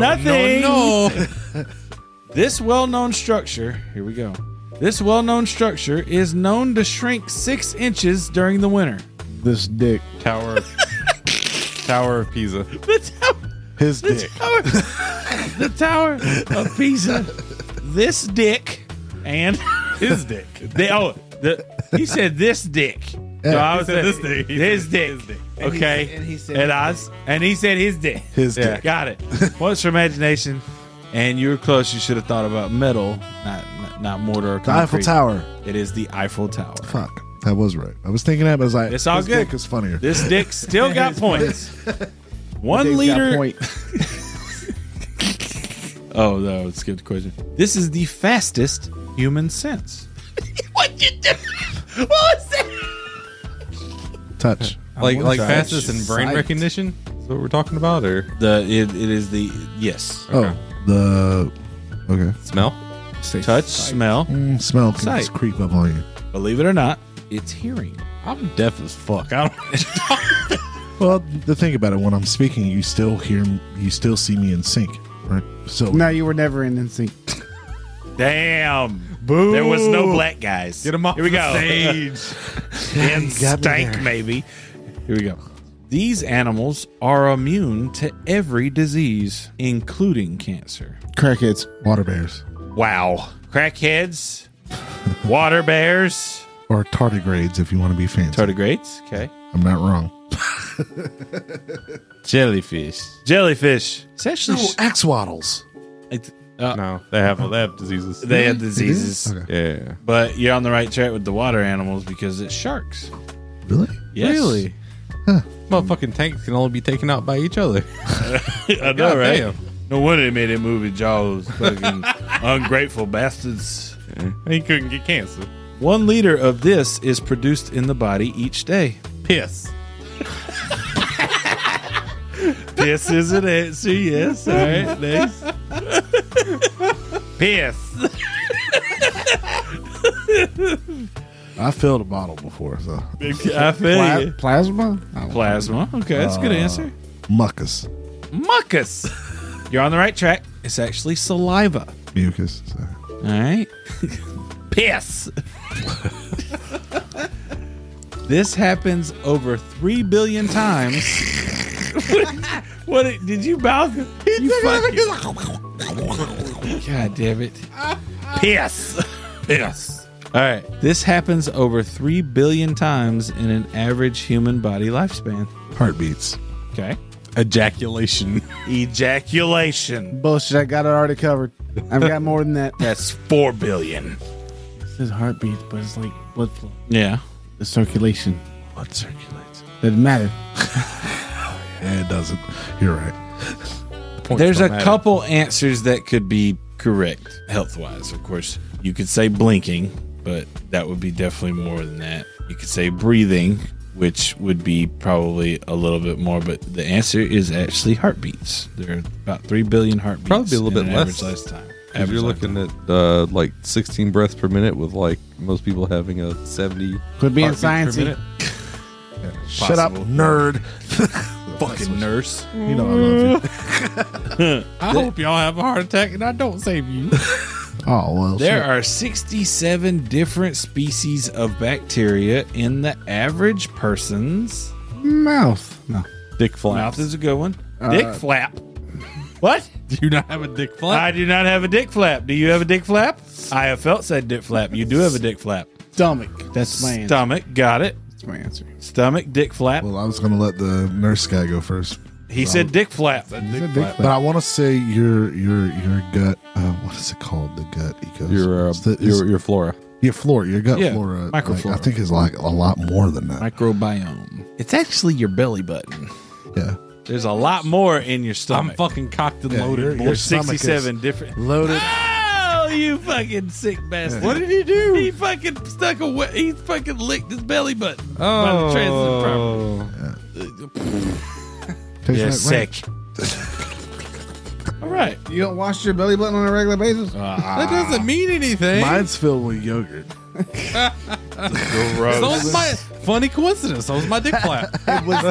Nothing. No. this well-known structure. Here we go. This well-known structure is known to shrink six inches during the winter. This dick. Tower of, Tower of Pisa. The tower. His dick. tower. the tower of Pisa. This dick and his dick. They, oh, the, he said this dick. so I was said this this dick. He His said dick. his dick. Okay. And he said- and I s- and he said his dick. His dick. Got it. What's your imagination? And you were close. You should have thought about metal, not not, not mortar or The Eiffel concrete. Tower. It is the Eiffel Tower. Fuck. That was right. I was thinking that, but I was like, It's all his good. dick is funnier. This dick still got points. One Dave's got liter. point. Oh no, skip the question. This is the fastest human sense. what you do? What was that? Touch. Like like sorry. fastest in brain recognition. Is what we're talking about, or The it, it is the yes. Oh, the. Okay. smell? Touch, smell. Mm, smell can Sight. just creep up on you. Believe it or not, it's hearing. I'm deaf as fuck. I don't. Well, the thing about it, when I'm speaking, you still hear, you still see me in sync, right? So No, you were never in NSYNC. Damn. Boo. There was no black guys. Get him off Here we the go. stage. and stank maybe. Here we go. These animals are immune to every disease, including cancer. Crackheads. water bears Wow. Crackheads, water bears, or tardigrades, if you want to be fancy. tardigrades. Okay. I'm not wrong. Jellyfish. Jellyfish. It's actually. No, axolotls. it's- uh, No, they have they have diseases. They have diseases. Okay. yeah. But you're on the right track with the water animals because it's sharks. Really? Yes. Really? Motherfucking tanks can only be taken out by each other. I know, right? Goddamn. No wonder they made that movie Jaws. Fucking ungrateful bastards. he couldn't get cancer. One liter of this is produced in the body each day. Piss. Piss is an answer, yes. All right, next. Piss. I filled a bottle before, so I feel you. Plasma? Plasma. Okay, that's a Uh, good answer. muckus, Muckus. You're on the right track. It's actually saliva. mucus. sorry. All right. Piss. this happens over 3 billion times. what, what did you mouth? You fucking- God damn it. Piss. Piss. All right. This happens over 3 billion times in an average human body lifespan. Heartbeats. Okay. Ejaculation. Ejaculation. Bullshit. I got it already covered. I've got more than that. That's 4 billion. This is heartbeat, but it's like blood flow. Yeah. The circulation. Blood circulates. Doesn't matter. Yeah, it doesn't. You're right. There's a couple answers that could be correct health wise. Of course, you could say blinking, but that would be definitely more than that. You could say breathing, which would be probably a little bit more, but the answer is actually heartbeats. There are about 3 billion heartbeats. Probably a little in bit an less. Average last time. If you're looking at uh, like 16 breaths per minute, with like most people having a 70. Could be in heartbeats per science. minute. Shut up, nerd. fucking nurse. You know I love you. I hope y'all have a heart attack and I don't save you. Oh well. There shit. are 67 different species of bacteria in the average person's mouth. No. Dick flap. mouth. Is a good one. Uh, dick flap. What? Do you not have a dick flap? I do not have a dick flap. Do you have a dick flap? I have felt said dick flap. You do have a dick flap. Stomach. That's my answer. Stomach. Got it. That's my answer. Stomach. Dick flap. Well, I was gonna let the nurse guy go first. He said dick flap. But I want to say your your your gut. Uh, what is it called? The gut ecosystem. Your, uh, It's the- it's- your your flora. your flora, your gut Yeah, flora. like, I microflora. think is like a lot more than that. Microbiome. It's actually your belly button. Yeah. There's a lot more in your I'm stomach. fucking cocked and Yeah, your- loaded. your boy. There's stomach is 67 different. Loaded. Oh, you fucking sick bastard. What did he do? He fucking stuck a. wet- He fucking licked his belly button. Oh, the transitive Tastes You're like ranch. sick. All right. You don't wash your belly button on a regular basis? that doesn't mean anything. Mine's filled with yogurt. so was my funny coincidence. So was my dick flap. it was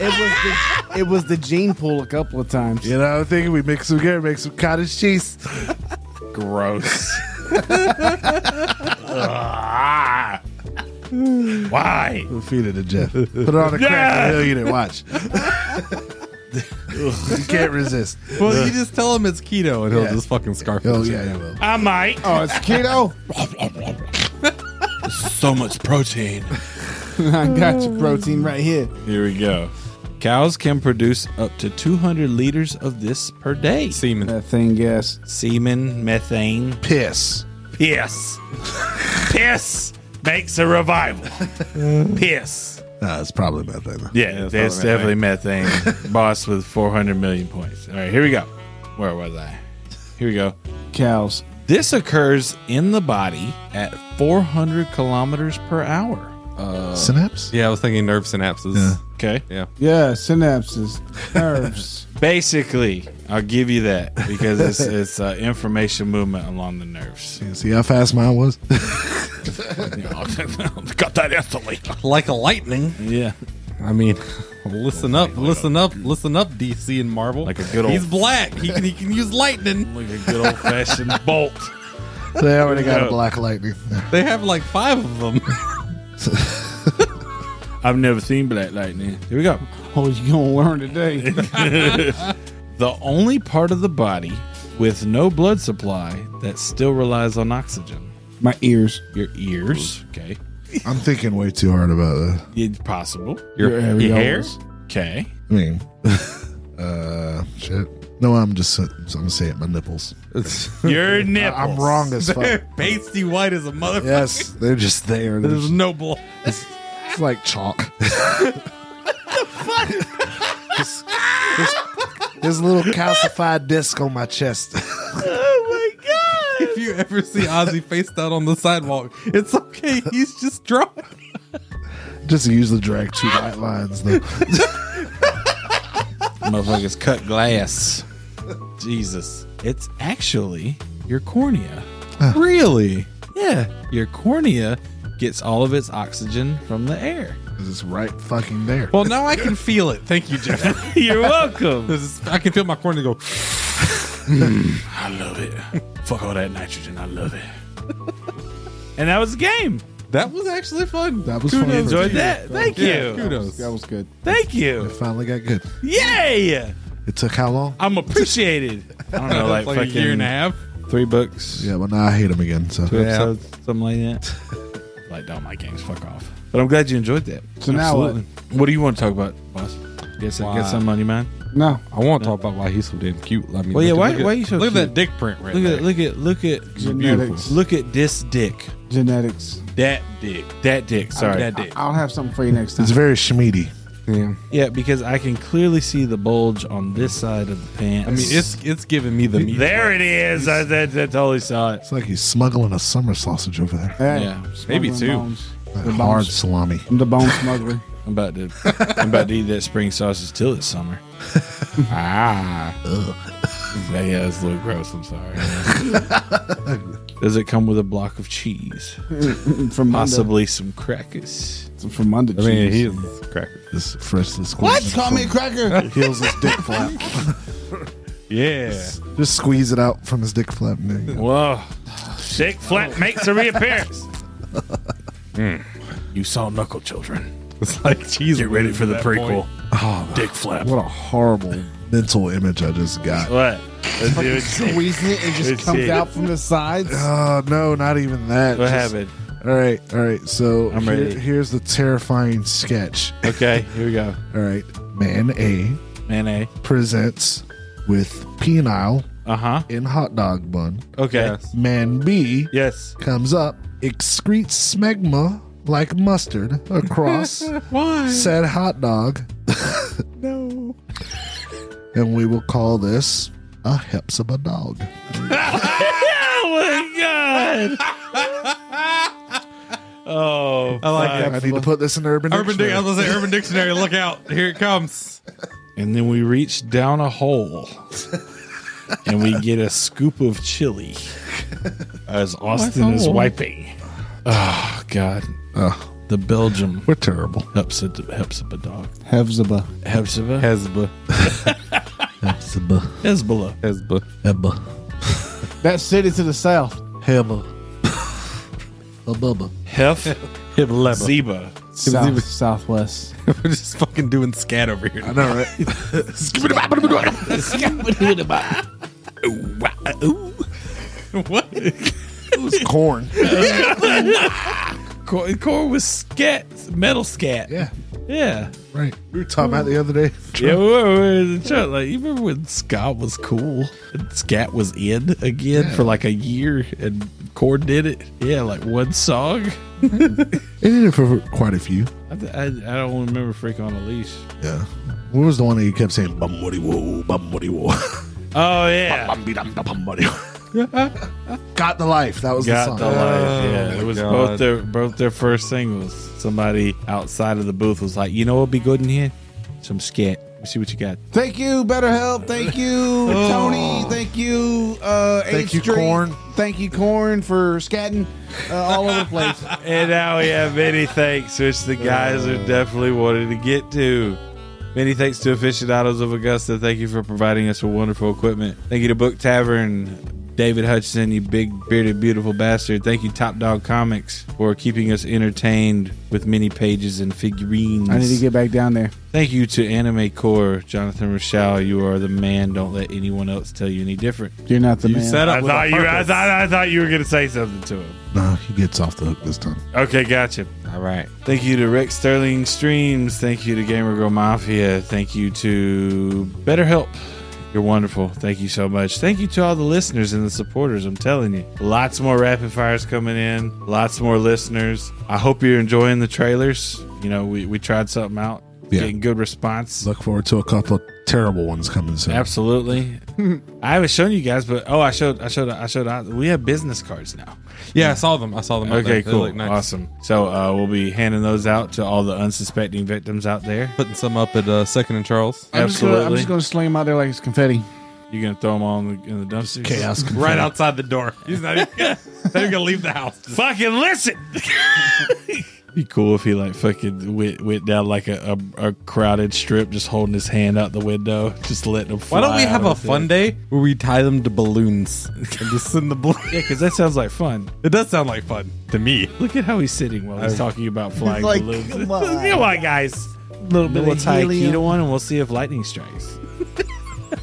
it was the, it was the gene pool a couple of times. You know, I'm thinking we mix some yogurt, make some cottage cheese. Gross. Ah. Why? We'll feed it to Jeff. Put it on a cracker. He'll eat it. Watch. you can't resist. well, you just tell him it's keto and he'll Yeah. just fucking scarf Oh it. yeah, he will. I might. Oh, it's keto. So much protein. I got your protein right here. Here we go. Cows can produce up to 200 liters of this per day. Semen. That thing, yes. Semen, methane, Piss. piss. piss makes a revival. piss. Nah, it's probably methane. though. Yeah, that's that's probably definitely methane. Boss with 400 million points. All right, here we go. Where was I? Here we go. Cows. This occurs in the body at 400 kilometers per hour. Synapse. Yeah, I was thinking nerve synapses. Okay. Yeah, synapses, nerves. Basically, I'll give you that because it's, it's uh, information movement along the nerves. You See how fast mine was. Got that instantly. Like a lightning. Yeah. I mean, listen up, listen up, listen up, DC and Marvel. Like a good old- He's black. He can he can use lightning. Like a good old fashioned bolt. They already got Yeah. a black lightning. They have like five of them. I've never seen black lightning. Here we go. Oh, you gonna learn today? The only part of the body with no blood supply that still relies on oxygen. My ears. Your ears. Okay. I'm thinking way too hard about that. It's possible. Your areolas. Okay. I mean, uh, shit. No, I'm just I'm gonna say it. My nipples. Your nipples. I'm wrong as fuck. They're pasty white as a motherfucker. Yes, they're just there. They're There's just- no blood. It's like chalk. This- this- This little calcified disc on my chest. If you ever see Ozzy faced out on the sidewalk, it's okay. He's just drunk. Just usually drag two white lines though. Motherfuckers cut glass. Jesus. It's actually your cornea. Really? Yeah. Your cornea gets all of its oxygen from the air. 'Cause It's right fucking there. Well, now I can feel it. Thank you, Jeff. You're welcome. This is- I can feel my corner go. I love it. Fuck all that nitrogen. I love it. and that was the game. That was actually fun. That was fun. Kudos Enjoyed to you. that. Thank Yeah, you. Kudos. That was good. Thank you. It finally got good. Yay! It took how long? I'm appreciated. I don't know, like, like a fucking year and a half. three books, Yeah, well now I hate him again. So two episodes, something like that. like, don't like games. Fuck off. But I'm glad you enjoyed that. So now what? what? do you want to talk about, boss? Guess I Why? got something on your mind. No, I want to talk about why he's so damn cute. I mean, Well, yeah, look at- why- look at- why you so Look at cute? that dick print right Look there. at, look at, look at, Genetics. look at this dick. genetics. That dick. That dick. Sorry. that dick. I'll have something for you next time. it's very schmeedy. Yeah, because I can clearly see the bulge on this side of the pants. I mean, it's it's giving me the meat. there it is. I, that, that totally saw it. It's like he's smuggling a summer sausage over there. Hey, Yeah, maybe smuggling two. bones. That hard salami. I'm the bone smuggler. I'm about to I'm about to eat that spring sausage till it's summer. ah. Yeah, that's a little gross. I'm sorry. Does it come with a block of cheese? From Possibly some crackers. Under, from under. I mean, cheese. he's cracker. This fresh this what? Call me a cracker. heals his dick flap. Yeah. Just squeeze it out from his dick flap. nigga. Whoa. Shake Flat makes a reappearance. You saw Knuckle Children. It's like cheese. Get ready for the prequel. Oh, Dick Flap. What a horrible mental image I just got. What? Let's do it. Squeezing it, it Good just comes shit. out from the sides. Oh, no, not even that. What Just- happened? All right, all right. So I'm here- ready. here's the terrifying sketch. Okay, here we go. All right, man A Man A. presents with penile Uh huh. in hot dog bun. Okay. Man B Yes. comes up, excretes smegma like mustard across said hot dog. no. And we will call this a Hepzibah dog. Oh my god. oh. I like that. I need to put this in Urban Urban Dic- I Dictionary. was gonna say Urban Dictionary. Look out! Here it comes. And then we reach down a hole. and we get a scoop of chili as Austin is wiping. Oh god. The Belgium We're terrible. Hepzibah Hepzibah dog. Hevzibah. Hepzibah. Hezbollah. Hepzibah. Hezbollah. Hezbollah. Ebba. That city to the south. Hebba. Abubba. Hef. Zeba. South, southwest. We're just fucking doing scat over here. I know, right? what? It's corn. Core, core was scat, metal scat. Yeah, Yeah. right. We were talking about it the other day. Yeah, we were, we were in the church. Like, you remember when Scott was cool? And Scat was in again for like a year and Core did it? Yeah, like one song. They did it for quite a few. I, th- I, I don't remember Freak on a Leash. Yeah. What was the one that you kept saying? Bum woody woo, bum woody woo. Oh, yeah. Bum be dum da bum woody. woo." Got the life. That was the song. Got the life. Yeah, my it was God. both their both their first singles. Somebody outside of the booth was like, "You know what'd be good in here? Some scat. Let's see what you got." Thank you, BetterHelp. Thank you, Tony. Thank you, uh, Thank 8th you, Street. Corn. Thank you, Corn, for scatting uh, all over the place. And now we have many thanks, which the guys are definitely wanting to get to. Many thanks to aficionados of Augusta. Thank you for providing us with wonderful equipment. Thank you to Book Tavern, David Hutchinson, you big bearded beautiful bastard. Thank you Top Dog Comics for keeping us entertained with many pages and figurines. I need to get back down there. Thank you to Anime Core, Jonathan Rochelle. You are the man. Don't let anyone else tell you any different. You're not the You man. set up. with a purpose. I thought you were going to say something to him. No, he gets off the hook this time. Okay, gotcha. All right. Thank you to Rex Sterling Streams. Thank you to Gamer Girl Mafia. Thank you to BetterHelp. You're wonderful. Thank you so much. Thank you to all the listeners and the supporters. I'm telling you, lots more rapid fires coming in. Lots more listeners. I hope you're enjoying the trailers. You know, we, we tried something out, Yeah. getting good response. Look forward to a couple of terrible ones coming soon. Absolutely. I haven't shown you guys, but oh, I showed, I showed, I showed. We have business cards now. Yeah, I saw them. I saw them. out Okay, there. They cool, look nice. awesome. So uh, we'll be handing those out to all the unsuspecting victims out there. Putting some up at uh, Second and Charles. I'm just gonna- I'm Absolutely. just going to sling him out there like it's confetti. You gonna throw them all in the, in the dumpster? Chaos. Right outside the door. He's not even gonna, not even gonna leave the house. Fucking listen. Be cool if he like fucking went, went down like a, a, a crowded strip, just holding his hand out the window, just letting them. Fly Why don't we have out a of fun it. day where we tie them to balloons and just send the balloon? Yeah, because that sounds like fun. It does sound like fun to me. Look at how he's sitting while he's talking about flying Like, balloons. come on. guys. A little bit Little of taikita helium. one, and we'll see if lightning strikes. but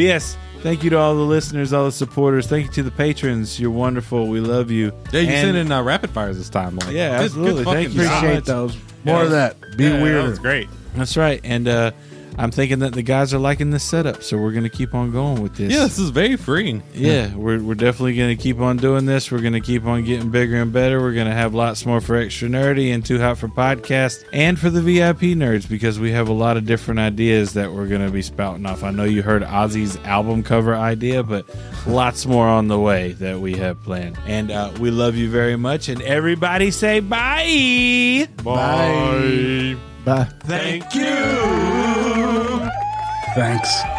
yes, thank you to all the listeners, all the supporters. Thank you to the patrons. You're wonderful. We love you. Yeah, you And- sent in uh, rapid fires this time. Like, Yeah, absolutely. Thank you. fucking job. Appreciate those. More of that. Be Yeah, That weirder. was great. That's right. And uh, I'm thinking that the guys are liking this setup, so we're going to keep on going with this. Yeah, this is very freeing. Yeah, we're, we're definitely going to keep on doing this. We're going to keep on getting bigger and better. We're going to have lots more for Extra Nerdy and Too Hot for Podcast and for the VIP nerds because we have a lot of different ideas that we're going to be spouting off. I know you heard Ozzy's album cover idea, but lots more on the way that we have planned. And uh, we love you very much. And everybody say bye. Bye. Bye. Thank you. Thanks.